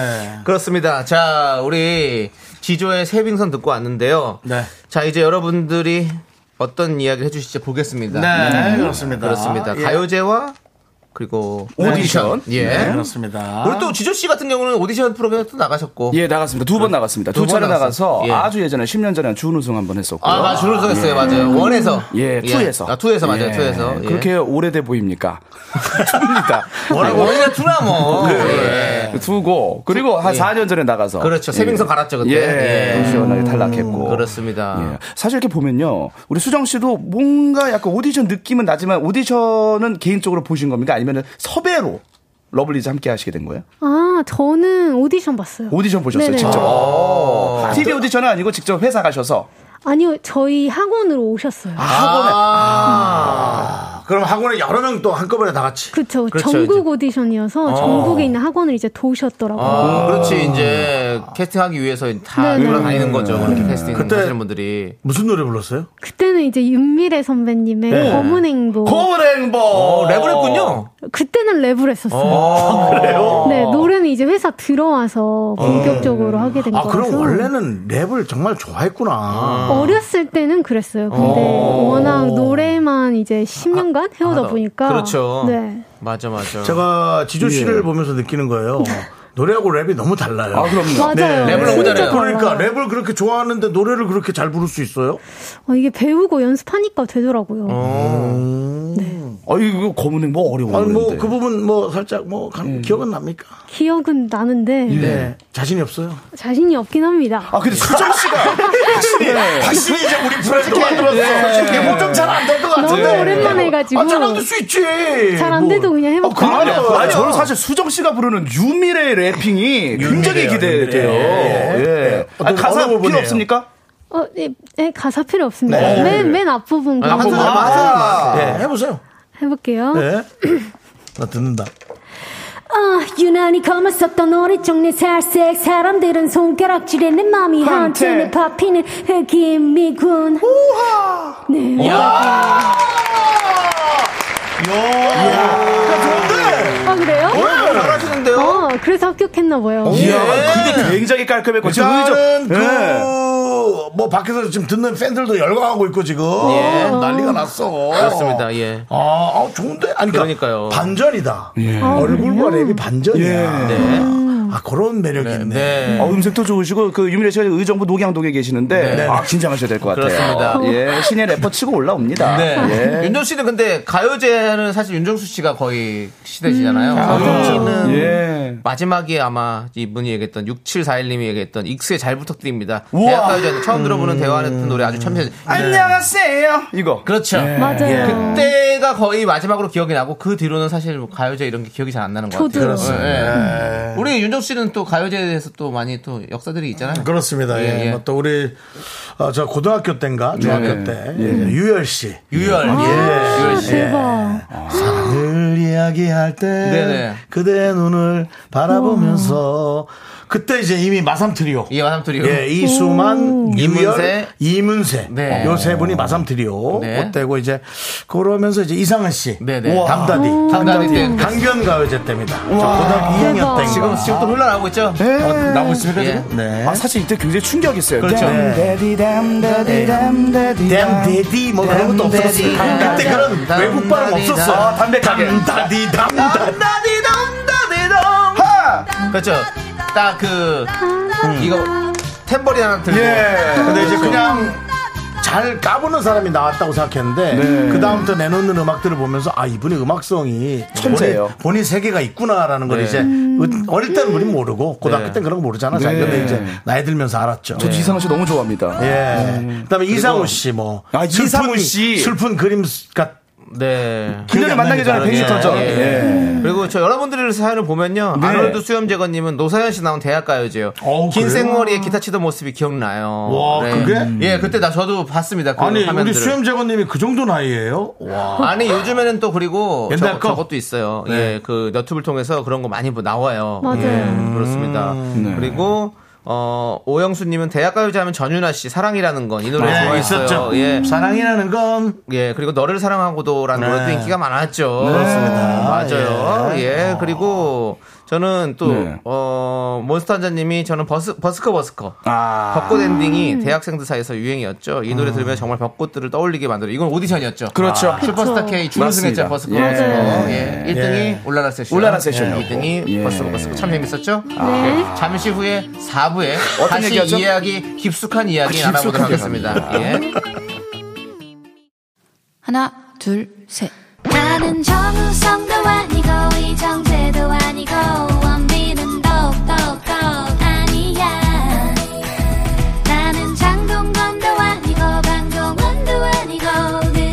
그렇습니다. 자, 우리 지조의 세빙선 듣고 왔는데요. 네. 자, 이제 여러분들이 어떤 이야기를 해주실지 보겠습니다. 네, 그렇습니다. 그렇습니다. 예. 가요제와 그리고 오디션. 예. 네, 그렇습니다. 그리고 또 지조 씨 같은 경우는 오디션 프로그램에 또 나가셨고. 예, 나갔습니다. 두 번 나갔습니다. 두 두번 차례 나가서 나갔어요. 예. 아주 예전에 10년 전에 준우승 한 번 했었고요. 아, 맞아. 준우승 했어요. 음. 맞아요. 원에서. 예, 예. 투에서. 아, 투에서 맞아요. 투에서. 예. 네. 그렇게 오래돼 보입니까? 투입니다. 뭐라고? 원이나 투나 뭐. 예. 두고 그리고 한 예. 4년 전에 나가서 그렇죠. 세빙선 갈았죠, 그때. 예. 예. 시원하게 탈락했고. 예. 그렇습니다. 예. 사실 이렇게 보면요, 우리 수정 씨도 뭔가 약간 오디션 느낌은 나지만 오디션은 개인적으로 보신 겁니까? 아니면 섭외로 러블리즈 함께 하시게 된 거예요? 아, 저는 오디션 봤어요. 오디션 보셨어요, 네네. 직접? 아. TV 오디션은 아니고 직접 회사 가셔서 아니요, 저희 학원으로 오셨어요. 아. 학원에 그럼 학원에 여러 명 또 한꺼번에 다 같이. 그렇죠. 그렇죠, 전국 오디션이어서 어. 전국에 있는 학원을 이제 도우셨더라고요. 아, 그렇지. 이제 캐스팅하기 위해서 다 네네. 돌아다니는 거죠. 그렇게 캐스팅 음. 그때 하시는 분들이. 무슨 노래 불렀어요? 그때는 이제 윤미래 선배님의 검은 행복. 고운 행복. 어, 랩을 했군요. 그때는 랩을 했었어요. 그래요? 네, 노래는 이제 회사 들어와서 본격적으로 하게 된 아, 거라서. 그럼 원래는 랩을 정말 좋아했구나. 어렸을 때는 그랬어요. 근데 워낙 노래만 이제 10년간 해오다 보니까. 그렇죠. 아, 네. 맞아, 맞아. 제가 지조 씨를 보면서 느끼는 거예요. 노래하고 랩이 너무 달라요. 아, 그럼요. 맞아요. 네, 랩을 너무 진짜 잘해요. 그러니까 달라요. 랩을 그렇게 좋아하는데 노래를 그렇게 잘 부를 수 있어요? 어, 이게 배우고 연습하니까 되더라고요. 어, 이거 검은 행복 어려운 아니 뭐 건데. 그 부분 뭐 살짝 뭐 감- 기억은 납니까? 기억은 나는데 네. 자신이 없어요. 자신이 없긴 합니다. 아 근데 수정 씨가 확실히 확실히 네. 이제 우리 브랜드 그 만들었어. 이게 뭐좀 잘 안 될 것 같은데. 너무 오랜만에 해가지고 아, 잘안 될 수 있지. 잘 안 뭐. 돼도 그냥 해볼까 아니, 그럼요. 아니, 저는 사실 수정 씨가 부르는 유미래의 래핑이 굉장히 유미래요, 유미래. 기대돼요. 예. 예. 아니, 어떤- 가사 어느 필요 부분이에요? 없습니까? 어, 예, 예, 가사 필요 없습니다. 맨, 맨 앞부분 한 부분 소절 한 소절만. 예, 해보세요. 해볼게요. 예. 나 듣는다. 아, 유난히 검었었던 어리적 내 살색 사람들은 손가락질에 내 맘이 한테. 한테 내 파피는 흑인 미군 네. 아, 그래요? 어, 잘하시는데요? 어, 그래서 합격했나 봐요. 예. 이야, 근데 굉장히 깔끔했고 지금 일단은 의적- 예. 그, 뭐, 밖에서 지금 듣는 팬들도 열광하고 있고, 지금. 난리가 났어. 예. 그렇습니다. 예. 아, 아, 좋은데? 아니, 그러니까 그러니까요. 반전이다. 예. 아, 얼굴과 랩이 반전이야. 아, 그런 매력이 있네. 네. 어, 음색도 좋으시고 그 유미래 씨가 의정부 녹양동에 계시는데 네. 아, 긴장하셔야 될 것 같아요. 그렇습니다. 예, 신의 래퍼 치고 올라옵니다. 네. 예. 윤정 씨는 근데 가요제는 사실 윤정수 씨가 거의 시대시잖아요. 저희는 예. 마지막에 아마 이분이 얘기했던 6741님이 얘기했던 익스에 잘 부탁드립니다. 대학 가요제 처음 들어보는 대화하는 그 노래 아주 참 안녕하세요. 이거 그렇죠. 맞아요. 그때가 거의 마지막으로 기억이 나고 그 뒤로는 사실 뭐 가요제 이런 게 기억이 잘 안 나는 것 저도요. 같아요. 예, 예. 우리 윤정 씨는 또 가요제에 대해서 또 많이 또 역사들이 있잖아요. 그렇습니다. 예. 예, 예. 뭐또 우리 아, 저 고등학교 때인가 예. 중학교 때 유열 씨 유열, 아. 예. 유열 씨. 대박. 아. 늘 이야기할 때 네네. 그대 눈을 바라보면서 음. 그때 이제 이미 마삼 트리오 이 마삼 트리오. 예, 이수만, 이문세. 이문세, 이문세, 어, 네. 요 세 분이 마삼 트리오 네. 그때고 이제 그러면서 이제 이상은 씨, 네네. 우와. 담다디, 담다디 때. 강변 가요제 때입니다. 저 고등학교 2학년 때인가. 지금 지금 또 흘러나오고 있죠. 나오고 있습니까 예. 아. 네. 아 사실 이때 굉장히 충격이었어요. 그렇죠. 댐데디 뭐 그런 것도 없었어. 댐데디, 그때 그런 담, 외국 발음 담, 없었어. 담, 담백하게. 담다디 담다. 담다디동다디동. 그렇죠. 딱 그 음. 이거 탬버린 하나 들고. 근데 아. 이제 그냥 잘 까보는 사람이 나왔다고 생각했는데 네. 그 다음부터 내놓는 음악들을 보면서 아 이분의 음악성이 천재예요. 본인, 본인 세계가 있구나라는 걸 네. 이제 어- 어릴 때는 우린 모르고 고등학교 네. 땐 그런 거 모르잖아. 잘 근데 이제 나이 들면서 알았죠. 네. 저 이상은 씨 너무 좋아합니다. 예. 그다음에 이상우 씨 뭐. 아, 슬픈- 이상우 씨. 슬픈 그림 같. 네. 그녀를 만나기 전에 기억이 안 나니까. 펜시터죠. 예. 예. 네. 그리고 저 여러분들의 사연을 보면요. 네. 아놀드 수염제거님은 노사연 씨 나온 대학가요제요. 어우, 긴 그래요? 생머리에 기타 치던 모습이 기억나요. 와, 그게? 예, 그때 나 저도 봤습니다. 그 아니 우리 화면들을. 수염 제거님이 그 정도 나이예요? 와. 아니 요즘에는 또 그리고 옛날 저, 거? 네. 것도 있어요. 예, 그 너튜브를 통해서 그런 거 많이 뭐 나와요. 맞아요. 음. 예, 그렇습니다. 네. 그리고 어 오영수님은 대학가요제 하면 전윤아 씨 사랑이라는 건 이 노래 네, 좋아했어요. 있었죠. 음. 예, 사랑이라는 건 예, 그리고 너를 네. 사랑하고도라는 노래도 인기가 많았죠. 예, 그렇습니다. 맞아요. 예, 그리고 저는 또, 아. 네. 어, 몬스터한자님이 저는 버스, 버스커 버스커. 아. 벚꽃 엔딩이 대학생들 사이에서 유행이었죠. 이 노래 들으면 정말 벚꽃들을 떠올리게 만들어. 이건 오디션이었죠. 음. 아, 그렇죠. 슈퍼스타 K 준우승했죠. 맞습니다. 버스커 예. 버스커. 예. 예. 1등이 올라라 세션. 올라라 세션이었고. 2등이 예. 버스커 버스커. 참 재밌었죠? 네. 예. 잠시 후에 4부에 어떤 다시 얘기하죠? 이야기, 깊숙한 이야기 아, 나눠보도록 깊숙하게 하겠습니다. 예. 갑니다. 하나, 둘, 셋. 나는 정우성도 아니고 이정재도 아니고 원빈은 더욱더 아니야 나는 장동건도 아니고 방종원도 아니고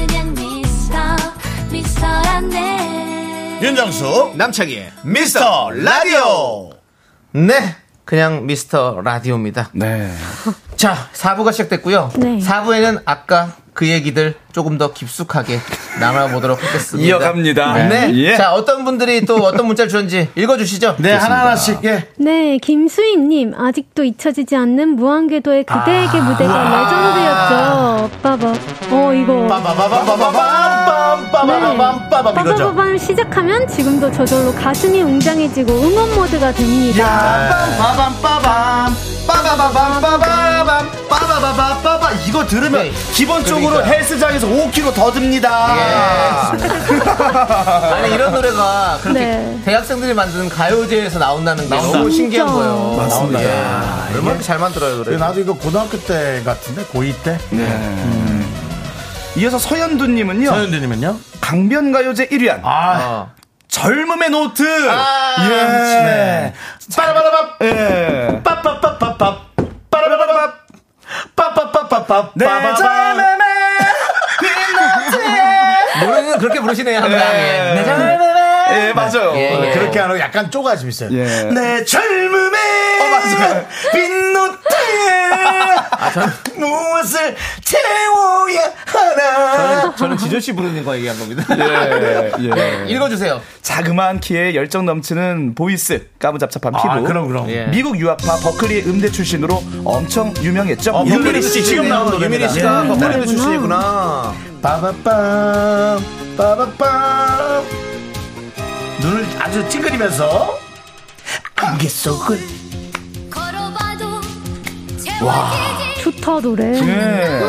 그냥 미스터 미스터란데 윤정수 남창희의 미스터 라디오 네. 그냥 미스터 라디오입니다. 네. 자, 4부가 시작됐고요. 네. 4부에는 아까 그 얘기들 조금 더 깊숙하게 나눠보도록 아, 하겠습니다. 이어갑니다. 네. 예. 자, 어떤 분들이 또 어떤 문자를 주는지 읽어주시죠. 네, 하나하나씩, 예. 네, 김수희님 아직도 잊혀지지 않는 무한궤도의 그대에게 무대가 레전드였죠. 빠바. 어 이거. 네. 빠바바바바밤밤밤밤밤 이거죠. 빠바바밤 시작하면 지금도 저절로 가슴이 웅장해지고 응원 모드가 됩니다. 빠밤 빠밤 빠바바밤 빠바밤 빠바바밤 빠바 이거 들으면 그러니까. 기본적으로 그러니까요. 헬스장에서 5kg 더 듭니다. 아. 아니, 이런 노래가 그렇게 네. 대학생들이 만드는 가요제에서 나온다는 게 나온다. 너무 신기한 진짜. 거예요. 맞습니다. 예. 얼마나 잘 만들어요, 그래, 노래. 나도 이거 고등학교 때 같은데 고2 때. 네. 이어서 서현두님은요. 서현두님은요. 강변가요제 1위안. 아. 젊음의 노트. 예. 네. 빠라바라밥. 예. 빠빠빠빠빠. 빠라바라밥. 빠빠빠빠빠. 내 빠바밤. 노래는 그렇게 부르시네요, 항상. 예. 내 삶의 예, 맞아요. 예, 예. 어, 그렇게 안 하고 약간 쪼가짐 있어요. 예. 내 젊음의 빛노트에 무엇을 채워야 하나. 저는 지조 씨 부르는 거 얘기한 겁니다. 예, 예. 읽어주세요. 자그마한 키에 열정 넘치는 보이스, 까무잡잡한 피부. 아, 그럼, 그럼. 예. 미국 유학파 버클리의 음대 출신으로 엄청 유명했죠. 어, 유미리 버클리 씨 지금 나온 유민희 노래입니다. 씨가 예. 버클리대 네. 출신이구나. 빠바빰, 빠바빰. 눈을 아주 찡그리면서 안개 속을 걸어봐도 좋다 노래. 예.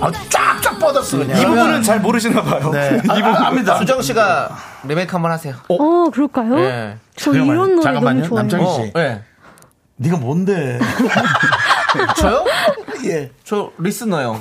아, 쫙쫙 뻗었어 그냥. 이 부분은 잘 모르시나 봐요. 네. 아, 이 아, 부분. 압니다. 수정 씨가 음. 리메이크 한번 하세요. 어 그럴까요? 예. 저 이런 노래 잠깐만요. 너무 좋아요. 남창희 어, 씨. 예. 네가 뭔데? 저요? 예. 저 리스너요.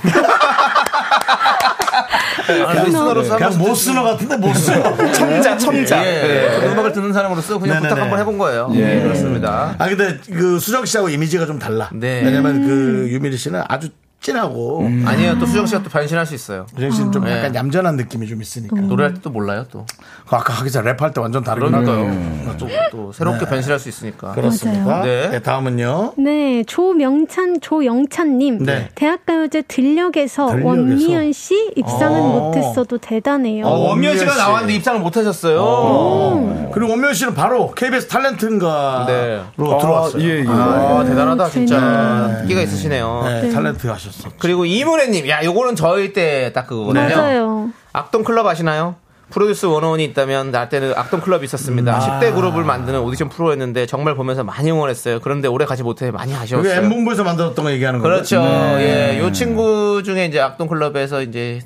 아, 리스너로서 한 그냥 번씩 못 쓰는 것 같은데 못 쓰요. 청자, 청자. 예, 예. 음악을 듣는 사람으로서 그냥 네네네. 부탁 한번 해본 거예요. 예, 그렇습니다. 아 근데 그 수정 씨하고 이미지가 좀 달라. 네. 왜냐면 그 유미리 씨는 아주 진하고 아니에요. 또 수정 씨가 또 변신할 수 있어요. 수정 씨는 좀 네. 약간 얌전한 느낌이 좀 있으니까. 노래할 때 또 몰라요, 또. 그 아까 하기 전에 랩할 때 완전 다르긴 하더라고요. 그러니까요. 또, 또 새롭게 변신할 수 있으니까. 그렇습니다. 맞아요. 네. 네. 다음은요. 네, 조명찬, 조영찬님. 네. 대학가요제 들녘에서 들녘에서. 원미연 씨 입상은 어. 못했어도 대단해요. 어, 원미연 원미연 씨가 씨. 나왔는데 입상을 못 하셨어요. 그리고 원면 씨는 바로 KBS 탤런트인가로 네. 들어왔어요. 예, 예. 아, 네. 대단하다, 진짜. 재밌네. 끼가 있으시네요. 네, 탤런트 하셨어. 그리고 이문혜님, 야, 요거는 저희 때 딱 그거거든요. 맞아요. 악동 클럽 아시나요? 프로듀스 101이 있다면 나 때는 악동 클럽이 있었습니다. 10대 그룹을 만드는 오디션 프로였는데 정말 보면서 많이 응원했어요. 그런데 오래 가지 못해 많이 그게 아쉬웠어요. M본부에서 만들었던 거 얘기하는 거죠. 네. 그렇죠. 예. 요 친구 중에 이제 악동 클럽에서 이제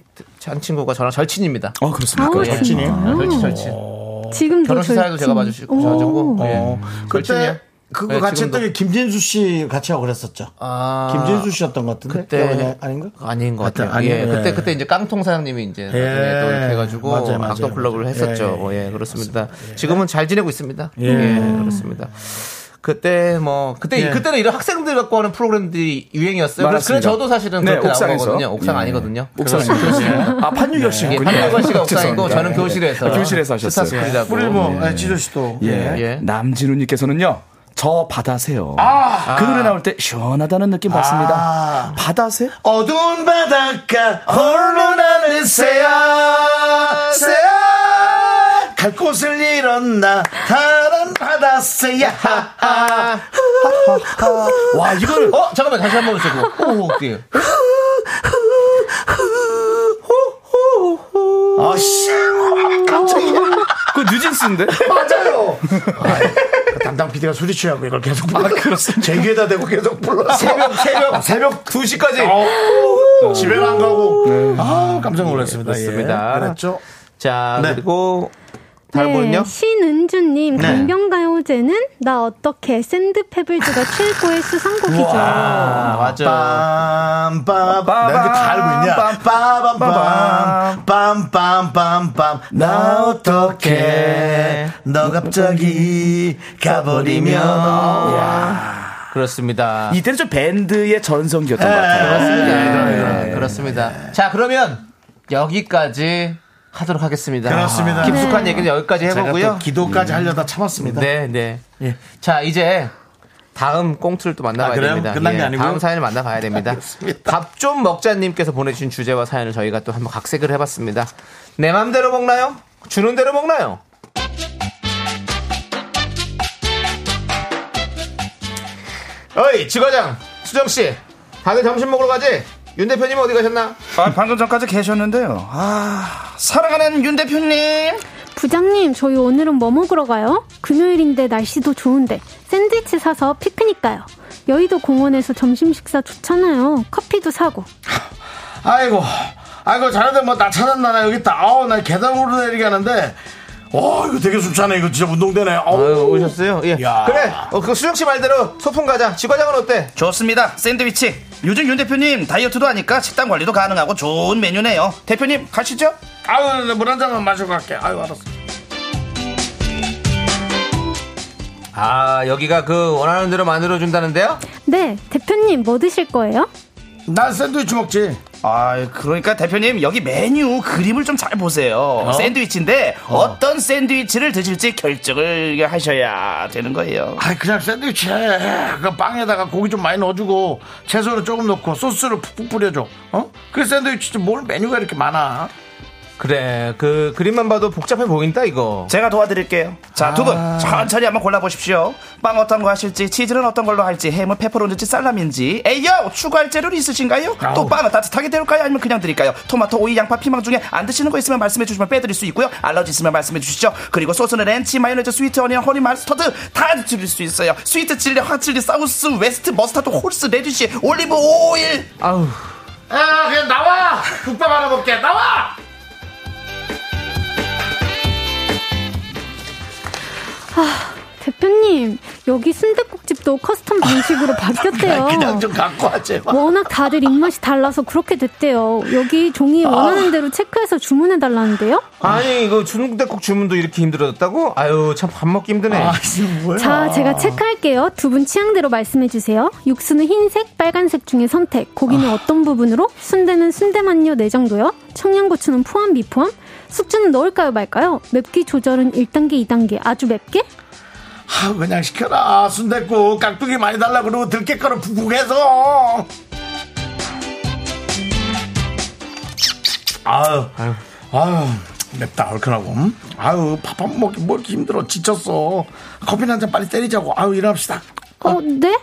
한 친구가 저랑 절친입니다. 어, 그렇습니다. 아우, 아, 절친 진짜요? 절친. 지금도 결혼식 사회도 제가 봐주시고 봐주고. 어. 오. 예. 절친이요? 그때 그거 네, 같이 지금도. 했던 게 김진수 씨 같이 하고 그랬었죠. 아. 김진수 씨였던 것 같은데. 그때 아닌가? 아닌 것 하여튼 같아요. 아니에요. 예, 예. 그때 그때 이제 깡통 사장님이 예. 이제 나중에 또 이렇게 해가지고 맞아요, 맞아요, 악동 클럽을 맞아요. 했었죠. 예, 예, 그렇습니다. 지금은 잘 지내고 있습니다. 예, 그렇습니다. 그때 뭐 그때 예. 그때는 이런 학생들 갖고 하는 프로그램들이 유행이었어요. 그래서 맞습니다. 저도 사실은 네, 그렇게 나온 옥상에서. 거거든요. 옥상 예. 아니거든요. 옥상입니다. 아, 판유결 예, 씨군요. 박명관 씨가 옥상이고 죄송합니다. 저는 예. 교실에서 아, 교실에서 하셨어요. 스타 스쿨이라고. 우리 뭐 예, 지조 씨도 예. 네, 예. 남진우님께서는요. 저 바다세요. 그 노래 나올 때 시원하다는 느낌 아. 받습니다. 바다세? 어두운 바닷가 홀로 나는 새야 새야 갈 곳을 잃었나 다른 바다 새야 와 이거를 어 잠깐만 다시 한 번 해주고. 오, 어때요? 아씨 깜짝이야 아, 그 뉴진스인데? 맞아요 그 담당 PD가 술이 취하고 이걸 계속 불러. 제 귀에다 대고 계속 불러. 새벽, 새벽, 새벽 2시까지. 집에는 안 가고. 아, 깜짝 놀랐습니다. 예, 그렇습니다. 그랬죠. 자, 네. 그리고 다른 네, 분은요? 신은주님 네. 강변가요제는 나 어떻게 샌드 페블즈가 최고의 수상곡이죠. 아, 맞아. 빰, 빰, 빰. 내가 다 알고 있냐? 빰, 빰, 빰, 빰, 빰, 빰. 나 어떡해. 너 갑자기 가버리면. 그렇습니다. 이때는 좀 밴드의 전성기였던 예, 것 같아요. 그렇습니다. 예, 예, 예. 그렇습니다. 자, 그러면 여기까지 하도록 하겠습니다. 그렇습니다. 아, 깊숙한 네. 얘기는 여기까지 제가 해보고요. 또 기도까지 하려다 참았습니다. 예. 네, 네. 자, 이제 다음 꽁트를 또 만나봐야 아, 그래요? 됩니다. 예, 끝난 게 아니고요? 다음 사연을 만나봐야 됩니다. 밥 좀 먹자님께서 보내주신 주제와 사연을 저희가 또 한번 각색을 해봤습니다. 내 맘대로 먹나요? 주는 대로 먹나요? 어이, 지과장, 수정씨, 다들 점심 먹으러 가지? 윤 대표님 어디 가셨나? 아, 방금 전까지 계셨는데요. 아, 사랑하는 윤 대표님. 부장님, 저희 오늘은 뭐 먹으러 가요? 금요일인데 날씨도 좋은데 샌드위치 사서 피크닉 가요. 여의도 공원에서 점심 식사 좋잖아요. 커피도 사고. 아이고, 아이고, 자네들 뭐 나 찾았나? 나 여기 있다. 아우, 나 계단 오르내리게 하는데. 와, 이거 되게 좋잖아. 이거 진짜 운동되네. 아유, 오셨어요? 예. 그래, 어, 그 수정씨 말대로 소풍 가자. 지과장은 어때? 좋습니다. 샌드위치. 요즘 윤 대표님 다이어트도 하니까 식단 관리도 가능하고 좋은 메뉴네요. 대표님 가시죠. 아유, 네, 물 한 잔만 마시고 갈게. 아유, 알았어. 아, 여기가 그 원하는 대로 만들어준다는데요? 네, 대표님 뭐 드실 거예요? 난 샌드위치 먹지. 아, 그러니까 대표님 여기 메뉴 그림을 좀 잘 보세요. 샌드위치인데 어. 떤 샌드위치를 드실지 결정을 하셔야 되는 거예요. 아, 그냥 샌드위치 해. 그 빵에다가 고기 좀 많이 넣어주고, 채소를 조금 넣고, 소스를 푹푹 뿌려줘. 어? 그 샌드위치 뭘 메뉴가 이렇게 많아. 그래, 그 그림만 봐도 복잡해 보인다, 이거. 제가 도와드릴게요. 자, 두 분 천천히 한번 골라보십시오. 빵 어떤 거 하실지, 치즈는 어떤 걸로 할지, 햄은 페퍼로니인지 살라미인지. 에이요! 추가할 재료는 있으신가요? 또 빵은 따뜻하게 데울까요? 아니면 그냥 드릴까요? 토마토, 오이, 양파, 피망 중에 안 드시는 거 있으면 말씀해 주시면 빼드릴 수 있고요. 알러지 있으면 말씀해 주시죠. 그리고 소스는 렌치, 마요네즈, 스위트 어니언, 허니, 마스터드 다 드릴 수 있어요. 스위트 칠리, 화칠리, 사우스, 웨스트, 머스타드, 홀스, 레디쉬, 올리브 오일. 아우. 아, 그냥 나와! 국밥 하나 먹게. 나와! 아, 대표님, 여기 순댓국집도 커스텀 방식으로 바뀌었대요. 아, 그냥 좀 갖고 와, 제발. 워낙 다들 입맛이 달라서 그렇게 됐대요. 여기 아. 종이 원하는 대로 체크해서 주문해 달라는데요? 아니, 이거 중국대국 주문도 이렇게 힘들어졌다고? 아유, 참 밥 먹기 힘드네. 아, 뭐야. 자, 제가 체크할게요. 두 분 취향대로 말씀해 주세요. 육수는 흰색, 빨간색 중에 선택. 고기는 어떤 부분으로? 순대는 순대만요 내장도요. 청양고추는 포함 미포함. 숙주는 넣을까요 말까요? 맵기 조절은 1단계, 2단계. 아주 맵게? 아, 그냥 시켜라. 순댓국 깍두기 많이 달라 그러고 들깨가루 푹푹 해서. 아유, 아유, 맵다 얼큰하고. 음? 아유, 밥 한 번 먹기 뭐 이렇게 힘들어. 지쳤어. 커피나 한 잔 빨리 때리자고. 아유, 일어납시다. 어, 네?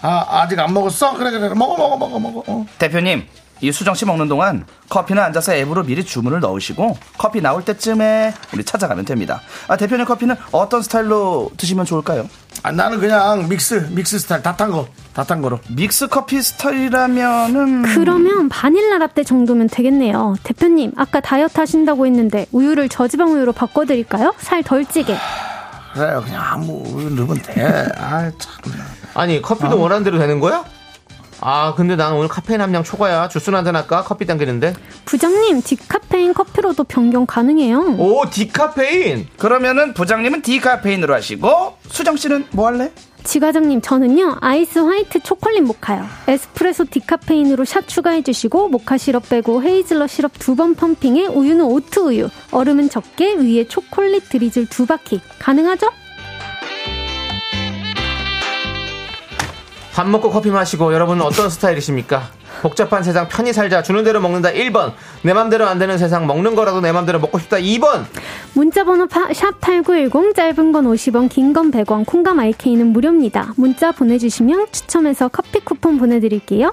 아, 아직 안 먹었어? 그래, 그래. 먹어, 먹어, 먹어, 먹어. 어. 대표님, 이 수정 씨 먹는 동안 커피는 앉아서 앱으로 미리 주문을 넣으시고 커피 나올 때쯤에 우리 찾아가면 됩니다. 아, 대표님 커피는 어떤 스타일로 드시면 좋을까요? 아, 나는 그냥 믹스, 믹스 스타일. 다 탄 거. 다 탄 거로. 믹스 커피 스타일이라면은 그러면 바닐라 라떼 정도면 되겠네요. 대표님, 아까 다이어트 하신다고 했는데 우유를 저지방 우유로 바꿔드릴까요? 살 덜 찌게. 그래요. 그냥 아무 우유 넣으면 돼. 아, 참. 아니, 커피도 원하는 대로 되는 거야? 아, 근데 난 오늘 카페인 함량 초과야. 주스나 한잔 할까? 커피 당기는데. 부장님, 디카페인 커피로도 변경 가능해요. 오, 디카페인. 그러면은 부장님은 디카페인으로 하시고 수정 씨는 뭐 할래? 지과장님, 저는요, 아이스 화이트 초콜릿 모카요. 에스프레소 디카페인으로 샷 추가해주시고, 모카 시럽 빼고 헤이즐넛 시럽 두 번 펌핑에 우유는 오트 우유, 얼음은 적게 위에 초콜릿 드리즐 두 바퀴. 가능하죠? 밥 먹고 커피 마시고 여러분은 어떤 스타일이십니까? 복잡한 세상 편히 살자. 주는 대로 먹는다. 1번. 내 맘대로 안 되는 세상 먹는 거라도 내 맘대로 먹고 싶다. 2번. 문자번호 파- 샵 8910, 짧은 건 50원, 긴 건 100원, 콩감 IK는 무료입니다. 문자 보내주시면 추첨해서 커피 쿠폰 보내드릴게요.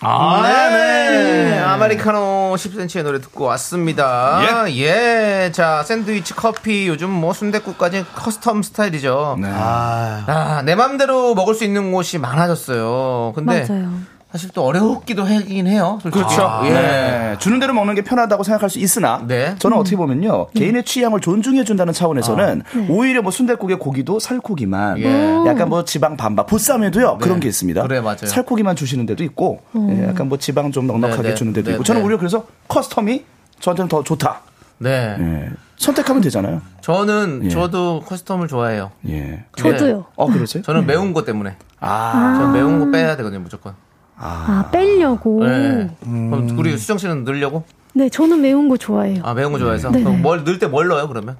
아, 네. 네. 아메리카노 10cm의 노래 듣고 왔습니다. 예. 자, 샌드위치 커피 요즘 뭐순댓국까지 커스텀 스타일이죠. 아, 아, 내 맘대로 먹을 수 있는 곳이 많아졌어요. 근데 맞아요. 사실 또 어렵기도 하긴 해요. 솔직히. 그렇죠. 아, 예. 네. 주는 대로 먹는 게 편하다고 생각할 수 있으나 음. 저는 어떻게 보면요 개인의 취향을 존중해 준다는 차원에서는 오히려 뭐순댓국의 고기도 살코기만 아, 네. 예. 약간 뭐 지방 반반 보쌈에도요 그런 게 있습니다. 그래 맞아요. 살코기만 주시는 데도 있고 음. 예, 약간 뭐 지방 좀 넉넉하게 네, 네. 주는 데도 네, 있고 저는 네. 오히려 그래서 커스텀이 저한테는 더 좋다. 네. 예. 선택하면 되잖아요. 저는 예. 저도 커스텀을 좋아해요. 예. 저도요. 어 그러세요? 저는 매운 거 때문에. 아. 저는 매운 거 빼야 되거든요, 무조건. 아, 빼려고. 네. 네. 그럼 우리 수정 씨는 늘려고? 저는 매운 거 좋아해요. 아, 매운 거 좋아해서. 네. 그럼 뭘, 늘 때 뭘 넣어요, 그러면?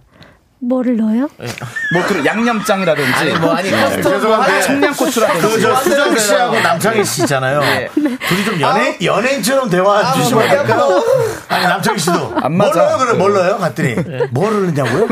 뭐를 넣어요? 뭐 그런 양념장이라든지 예. 아니, 뭐, 아니, 네. 커스텀 죄송한데 하나 그저 수정 네. 씨하고 남창희 씨잖아요. 그 둘이 좀 아. 연예 연예인처럼 대화 주시면 안 될까요? 아니 남창희 씨도 안 맞아. 뭘로요? 그래 뭘로요? 갔더니 네. 뭘 흘리냐고요?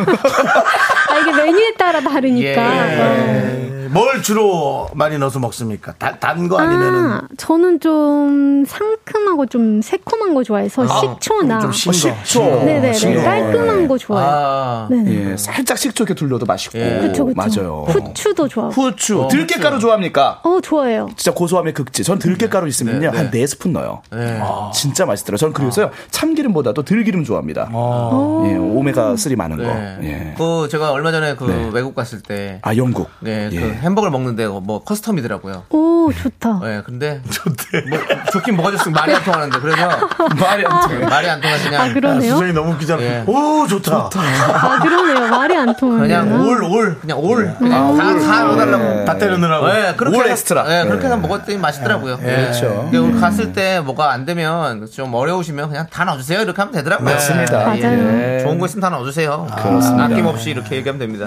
아, 이게 메뉴에 따라 다르니까. 네. 네. 뭘 주로 많이 넣어서 먹습니까? 단 거 아니면은 아, 저는 좀 상큼하고 좀 새콤한 거 좋아해서 아, 식초나 좀 어, 신- 식초. 네네네 식초. 깔끔한 거 좋아해요. 네네. 예, 살짝 식초 이렇게 둘러도 맛있고. 그쵸, 그쵸. 예. 맞아요. 후추도 좋아하고. 후추. 들깨가루 좋아합니까? 어 좋아해요. 진짜 고소함의 극치. 전 들깨가루 있으면요. 한 네스푼 넣어요. 예. 아, 진짜 맛있더라고요. 전 그래서요. 참기름보다도 들기름 좋아합니다. 예, 오메가3 많은 거. 예. 그 제가 얼마 전에 그 외국 갔을 때 아, 영국. 네, 그 햄버거를 먹는데 뭐 커스텀이더라고요. 오 좋다. 예, 근데 좋대. 뭐, 좋긴 뭐가 좋습니까? 말이 안 통하는데 그래서 말이 안 통해. 말이 안 통해 그냥. 아, 그러네요. 아, 수정이 너무 웃기잖아. 오 좋다. 아 그러네요. 말이 안 통하네요. 그냥 올, 올, 그냥 올. 그냥 다, 다 넣어달라고. 다 때려 넣으라고. 예, 그렇게 올 해서- 엑스트라. 예, 그렇게 예. 해서 먹었더니 맛있더라고요. 네. 예, 그렇죠. 근데 오늘 갔을 때 뭐가 안 되면 좀 어려우시면 그냥 다 넣어주세요. 이렇게 하면 되더라고요. 맞습니다. 예. 맞아요. 좋은 거 있으면 다 넣어주세요. 네. 그렇습니다. 아낌없이 이렇게 얘기하면 됩니다.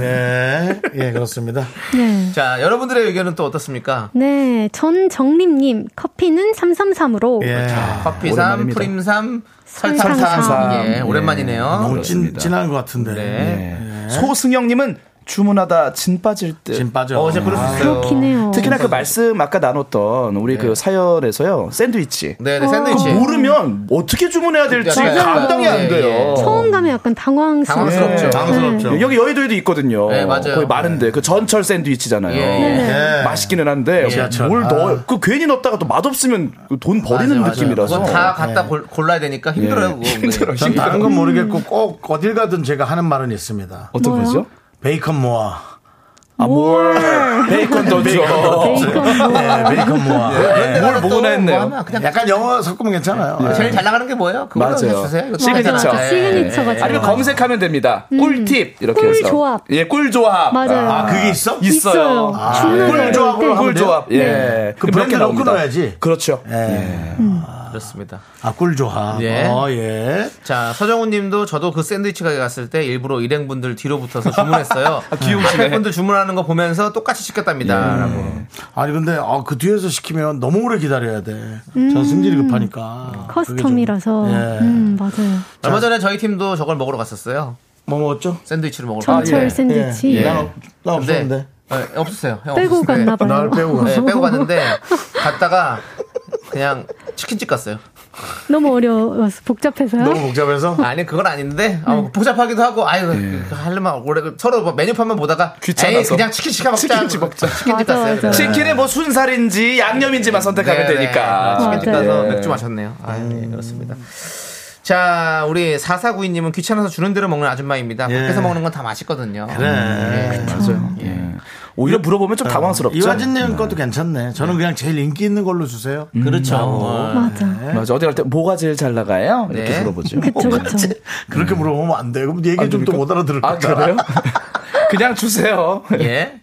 네. 예, 그렇습니다. 네. 자, 여러분들의 의견은 또 어떻습니까? 네, 전정림님 커피는 333으로 예. 아, 커피 삼, 오랜만입니다. 프림 삼, 설탕 삼. 설탕 삼. 예, 오랜만이네요. 너무 찐, 진한 것 같은데. 네. 예. 소승영님은 주문하다 진 빠질 때. 진 빠져. 아, 어, 그럴 수 있어요. 그렇긴 해요. 특히나 그 말씀 아까 나눴던 우리 그 사연에서요. 샌드위치. 네네, 샌드위치. 그거 모르면 어떻게 주문해야 될지 맞아요. 감당이 안 돼요. 처음 가면 약간 네. 당황스러워. 예. 당황스럽죠. 그렇죠. 예. 여기 여의도에도 있거든요. 네, 맞아요. 거의 많은데 그 전철 샌드위치잖아요. 예, 예. 예. 맛있기는 한데 지하철. 뭘 아. 넣어요? 그 괜히 넣었다가 또 맛없으면 돈 버리는 맞아요, 느낌이라서. 맞아요. 그거 다 갖다 골- 골라야 되니까 힘들어요. 그거. 네. 전 다른 음. 건 모르겠고 꼭 어딜 가든 제가 하는 말은 있습니다. 어떤 뭐요? 거죠? 베이컨 모아. 아, 뭘. 베이컨 더 줘. 베이컨 뭐 모아. 예, 베이컨 모아. 예. 뭘 보고나 뭐 했네요. 아, 하나 그냥 약간 영어 섞으면 괜찮아요. 예. 네. 제일 잘 나가는 게 뭐예요? 그걸로 해주세요. 이거 시그니처. 네. 괜찮아요. 시그니처가 예. 아니면 검색하면 됩니다. 꿀팁 이렇게 네. 꿀 해서. 조합. 예, 꿀 조합. 맞아요. 네. 아, 그게 있어? 있어요. 있어요. 아, 주문을 꿀 조합, 넣을 때. 꿀 조합. 예. 네. 그 브랜드 몇개 넣고 나옵니다. 넣어야지. 네. 그렇죠. 네, 그렇습니다. 예. 아, 꿀조합. 예. 어, 예. 자, 서정훈 님도 저도 그 샌드위치 가게 갔을 때 일부러 일행분들 뒤로 붙어서 주문했어요. 아, 귀여우시네. 예. 앞에 분들 주문하는 거 보면서 똑같이 시켰답니다. 라고. 아니, 근데, 아, 그 뒤에서 시키면 너무 오래 기다려야 돼. 전 승질이 급하니까. 그게 좀- 커스텀이라서. 예. 음 맞아요. 얼마 전에 저희 팀도 저걸 먹으러 갔었어요. 뭐 먹었죠? 샌드위치를 먹으러 전철 아, 갔는데. 샌드위치. 예. 나, 나 없었는데. 네, 없었어요. 형 빼고 없었어요. 갔나 봐요. 나를 빼고 네, 갔어. 빼고 갔는데 갔다가 그냥 치킨집 갔어요. 너무 어려워서 복잡해서요. 너무 복잡해서? 아니 그건 아닌데 어, 복잡하기도 하고 아유 그 하려면 오래 그 서로 뭐 메뉴판만 보다가 예. 귀찮아서. 에이, 그냥 치킨 시켜 먹자. 치킨집 먹자. 치킨집 갔어요. 맞아. 치킨에 뭐 순살인지 양념인지만 선택하면 네, 네. 되니까. 아, 치킨집 맞아요. 가서 예. 맥주 마셨네요. 아, 예, 그렇습니다. 자, 우리 4492님은 귀찮아서 주는 대로 먹는 아줌마입니다. 밖에서 먹는 건 다 맛있거든요. 음, 그래. 맞아요. 예. 오히려 물어보면 좀 당황스럽죠. 이화진님 것도 괜찮네. 저는 그냥 제일 인기 있는 걸로 주세요. 그렇죠. 뭐. 맞아. 네. 맞아. 어디 갈 때 뭐가 제일 잘 나가요? 이렇게 네. 물어보죠. 그쵸 그쵸. 그렇게 물어보면 안 돼. 그럼 얘기 좀 또 못 알아들을 아, 거야. 그래요? 그냥 주세요. 예.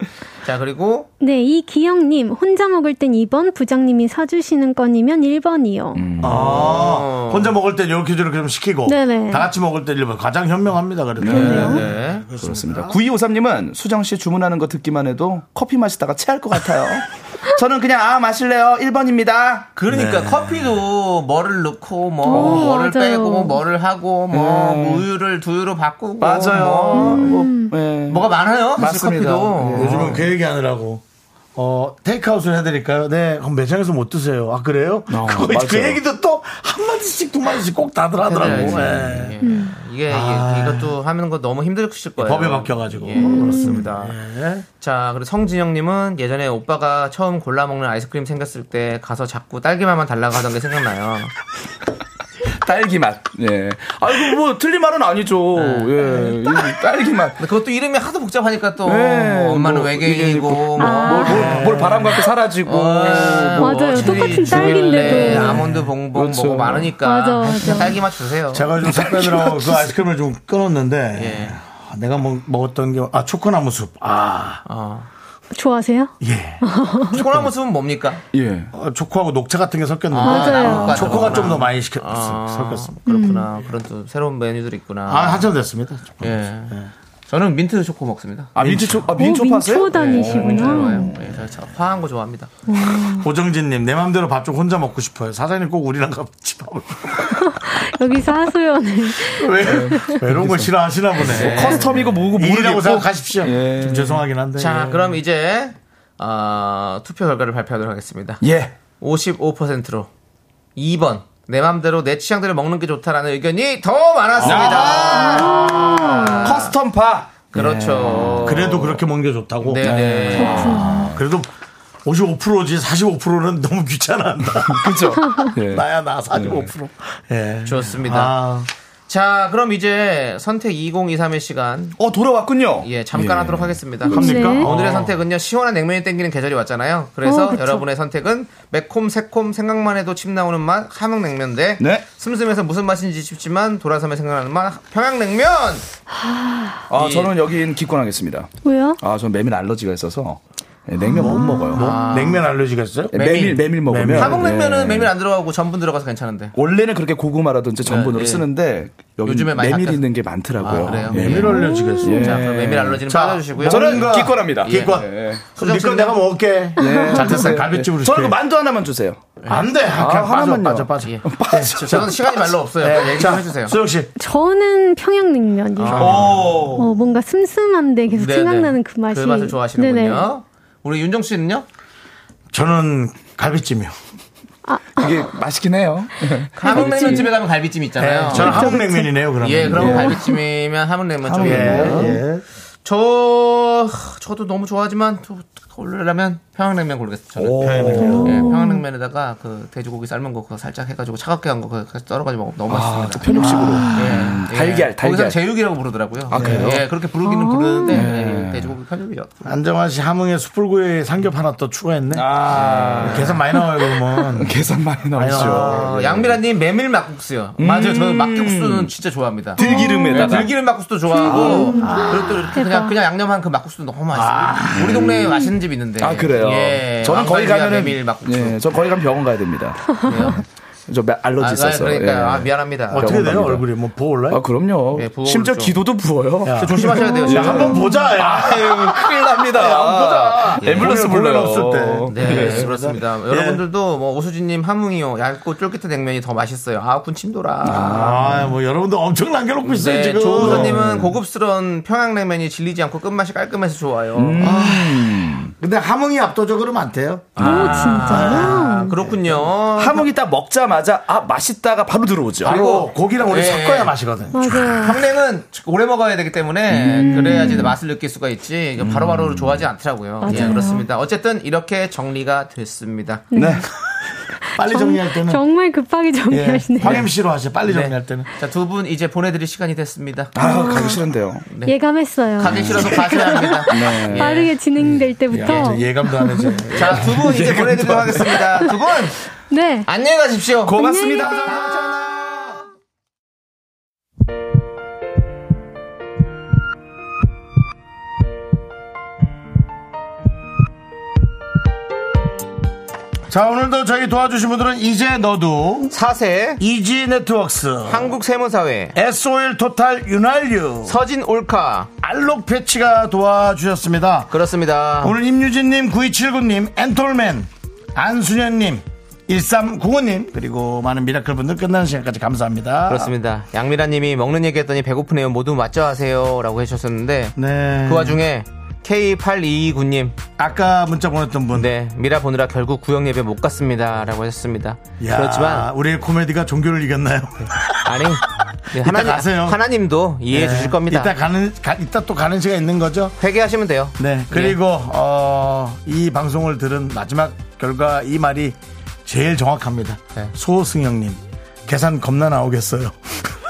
자, 그리고 네, 이 기영님 혼자 먹을 땐 2번, 부장님이 사주시는 건이면 1번이요. 음. 어. 아, 혼자 먹을 땐 이렇게 저렇게 좀 시키고. 네네. 다 같이 먹을 땐 일본. 가장 현명합니다. 그래도. 네. 그렇습니다. 9253님은 수정 씨 주문하는 거 듣기만 해도 커피 마시다가 체할 것 같아요. 저는 그냥 아 마실래요. 1번입니다. 그러니까 커피도 뭐를 넣고 뭐 오, 뭐를 맞아요. 빼고 뭐를 하고 뭐 음. 우유를 두유로 바꾸고 맞아요. 뭐 뭐, 예. 뭐가 많아요. 사실 맞습니다. 커피도. 요즘은 그 얘기 하느라고. 어, 테이크아웃을 해드릴까요? 네, 그럼 매장에서 못 드세요. 아, 그래요? 그거 이제 그 어, 맞아요. 네, 얘기도 또 한마디씩 두 마디씩 꼭 다들 하더라고. 해드려야지. 예. 이게, 이게 아. 이것도 하는 거 너무 힘드실 거예요. 법에 바뀌어가지고. 예, 네. 그렇습니다. 자, 그리고 성진영님은 예전에 오빠가 처음 골라 먹는 아이스크림 생겼을 때 가서 자꾸 딸기맛만 달라고 하던 게 생각나요. 딸기 맛. 예. 아이고 뭐 틀린 말은 아니죠. 예. 이 딸기 맛. 그것도 이름이 하도 복잡하니까 또 예, 엄마는 뭐 외계인이고 네, 뭐, 뭘, 뭘, 뭘 바람 같게 사라지고. 뭐 그렇죠. 맞아요. 체리, 주빌레, 똑같은 딸기인데도. 네, 아몬드 봉봉 뭐고 많으니까 맞아, 맞아. 그냥 딸기 맛 주세요. 제가 아, 좀 색깔이라고 그 아이스크림을 좀 끊었는데 네. 예. 아, 내가 먹, 먹었던 게 아 초코나무 숲. 아. 좋아하세요? 초코나무 숲은 뭡니까? 예. 초코하고 어, 녹차 같은 게 섞였는데 아, 맞아요. 나무가 초코가 좀 더 들어가나. 아. 많이 시켰, 섞였습니다. 그렇구나. 그런 또 새로운 메뉴들이 있구나. 아, 한참 됐습니다. 예. 저는 민트 초코 먹습니다. 아, 민트 초코- 아, 민초 오, 파세요? 민초 다니시구나. 민초 좋아해요. 예, 저- 저 화한 거 좋아합니다. 고정진님 내 마음대로 밥 좀 혼자 먹고 싶어요. 사장님 꼭 우리랑 같이 밥을. 여기서 하소연을. 네. 왜 외로운 걸 싫어하시나 보네. 커스텀이고 뭐고 일이라고 생각하십시오. 좀 죄송하긴 한데. 예. 자, 예. 그럼 이제 어, 투표 결과를 발표하도록 하겠습니다. 예. 55%로 2번 내 맘대로 내 취향대로 먹는 게 좋다라는 의견이 더 많았습니다. 아. 커스텀 파. 그렇죠. 그래도 그렇게 먹는 게 좋다고. 네, 네. 아, 그래도 55%지 45%는 너무 귀찮아한다. 그죠? 예. 네. 나야 나 45%. 예. 네. 좋습니다. 아. 자, 그럼 이제 선택 2023의 시간. 어, 돌아왔군요. 예, 잠깐 예. 하도록 하겠습니다. 합니까? 네. 오늘의 선택은요, 시원한 냉면이 땡기는 계절이 왔잖아요. 그래서 어, 그쵸. 여러분의 선택은 매콤, 새콤, 생각만 해도 침 나오는 맛, 함흥냉면 대 네. 슴슴해서 무슨 맛인지 싶지만 돌아서면 생각나는 맛, 평양냉면! 아, 저는 여긴 기권하겠습니다. 왜요? 아, 저는 메밀 알러지가 있어서 예, 냉면 못 먹어요. 뭐, 아. 냉면 알러지가 있어요? 예, 메밀 메밀 먹으면 함흥냉면은 예. 메밀 안 들어가고 전분 들어가서 괜찮은데. 원래는 그렇게 고구마라든지 전분으로 예. 쓰는데 여기 요즘에 많이 메밀 바뀌었- 있는 게 많더라고요. 아, 그래요? 네. 예. 메밀 알러지가 있어요. 예. 자, 그럼 메밀 알러지는 자, 빠져주시고요. 저는 그 뭔가- 기권합니다. 예. 기권. 예. 아, 그러니까 그럼 니건 내가 먹을게. 네. 예. 잘 됐어요. 예. 갈비집으로 저는 시켜요. 그 만두 하나만 주세요. 안 돼. 아, 그냥 하나만요. 빠져, 빠져, 빠져. 예. 저- 저는 시간이 말로 없어요. 네, 그냥 예, 네, 얘기 좀 해주세요. 수영 씨. 저는 평양냉면이요. 오. 어, 뭔가 슴슴한데 계속 아. 네네. 생각나는 그 맛이. 그 맛을 좋아하시는군요. 네네. 우리 윤정 씨는요? 저는 갈비찜이요. 이게 아. 맛있긴 해요. 함흥냉면 집에 가면 갈비찜 있잖아요. 예, 저는 함흥냉면이네요, 그러면. 어, 예, 그럼 예. 갈비찜이면 함흥냉면 쪽이에요. 예. 저 저도 너무 좋아하지만 또 고르려면 평양냉면 고르겠어요. 저는 평양냉면. 예, 평양냉면에다가 그 돼지고기 삶은 거 그거 살짝 해가지고 차갑게 한 거 그거 같이 썰어가지고 먹으면 너무 아, 맛있습니다. 또 편육식으로. 예. 달걀, 달걀. 거기서 제육이라고 부르더라고요. 아, 네. 그래요? 예, 그렇게 부르기는 부르는데 예, 돼지고기 편육이요. 안정환 씨 함흥에 숯불구이 삼겹 하나 또 추가했네. 아. 계산 많이 나와요, 그러면. 예. 계산 많이 아, 나오죠. 양미라님 메밀 막국수요. 맞아요. 저는 막국수는 진짜 좋아합니다. 네, 음. 들기름에다가 들기름 막국수도 좋아하고 그리고 또 이렇게 그냥 그냥 양념한 그 막국수도 너무 맛있어요. 우리 동네에 맛있는 집 있는데. 아 그래요. 예, 저는 거기 왕갈비와 가면은 메밀 막국수. 예, 저 거기 가면 병원 가야 됩니다. 그래요? 저 매- 알러지 아, 있어서. 그러니까 예. 요 아, 미안합니다. 어떻게 돼요, 갑니다. 얼굴이? 뭐, 부어올라요? 아 그럼요. 예, 부어오르죠. 심지어 기도도 부어요. 그 야. 조심하셔야 돼요. 야, 한번 보자, 야. 아, 큰일 납니다. 앰뷸런스 보면 불러요. 없을 때. 네, 그렇습니다. 여러분들도 뭐 오수진님 함흥이요 얇고 쫄깃한 냉면이 더 맛있어요. 아군 침돌아. 아, 뭐, 여러분들 엄청 남겨놓고 있어요, 네, 지금. 조우선님은 고급스러운 평양냉면이 질리지 않고 끝맛이 깔끔해서 좋아요. 근데 함흥이 압도적으로 많대요. 아, 그렇군요. 하몽이 딱 먹자마자 아 맛있다가 바로 들어오죠. 그리고 고기랑 우리 예. 섞어야 맛이거든. 맞아요. 평냉은 오래 먹어야 되기 때문에 그래야지 맛을 느낄 수가 있지 이거 바로바로 좋아하지 않더라고요. 예, 맞아요. 그렇습니다. 어쨌든 이렇게 정리가 됐습니다. 네. 빨리 정리할 때는. 정말 급하게 예. 정리하시네요. 황엠씨로 하세요. 빨리 정리할 때는. 자, 두 분 이제 보내드릴 시간이 됐습니다. 아 가기 싫은데요. 예감했어요. 가기 싫어서 가셔야 합니다. 네. 빠르게 진행될 때부터. 예감도 안 해줘. 자, 두 분 이제 보내드리도록 하겠습니다. 두 분, 예. 네. 안녕히 가십시오. 고맙습니다. 자, 오늘도 저희 도와주신 분들은 이제 너도. 사세, 이지 네트워크스. 한국세무사회, SOL 토탈 윤활유. 서진 올카. 알록 패치가 도와주셨습니다. 그렇습니다. 오늘 임유진님, 9279님, 엔톨맨, 안수현님, 1395님, 그리고 많은 미라클 분들 끝나는 시간까지 감사합니다. 그렇습니다. 양미라님이 먹는 얘기했더니 배고프네요. 모두 맞죠 하세요라고 해주셨었는데 네. 그 와중에 K8229님. 아까 문자 보냈던 분. 네. 미라 보느라 결국 구역 예배 못 갔습니다. 라고 하셨습니다. 야, 그렇지만. 우리의 코미디가 종교를 이겼나요? 아니. 네, 이따 하나님, 가세요. 하나님도 이해해 네. 주실 겁니다. 이따 가는 가- 이따 또 가는 시간 있는 거죠? 회개하시면 돼요. 네. 그리고 예. 어, 이 방송을 들은 마지막 결과 이 말이 제일 정확합니다. 네. 소승영님 계산 겁나 나오겠어요.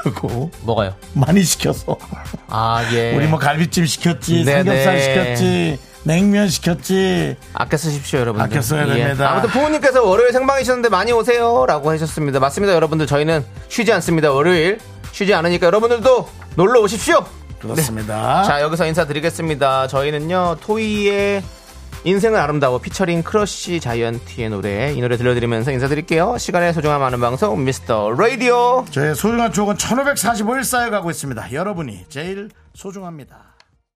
고 뭐가요? 많이 시켜서 아, 예. 우리 뭐 갈비찜 시켰지, 네, 삼겹살 네. 시켰지, 냉면 시켰지. 아껴 쓰십시오, 여러분들. 아껴 써야 예. 됩니다. 아무튼 부모님께서 월요일 생방이셨는데 많이 오세요. 라고 하셨습니다. 맞습니다, 여러분들. 저희는 쉬지 않습니다. 월요일. 쉬지 않으니까 여러분들도 놀러 오십시오. 그렇습니다. 네. 자, 여기서 인사드리겠습니다. 저희는요, 토이의 인생은 아름다워 피처링 크러쉬 자이언티의 노래 이 노래 들려드리면서 인사드릴게요. 시간의 소중함 많은 방송 미스터 라디오. 저의 소중한 추억은 1545일 쌓여가고 있습니다. 여러분이 제일 소중합니다.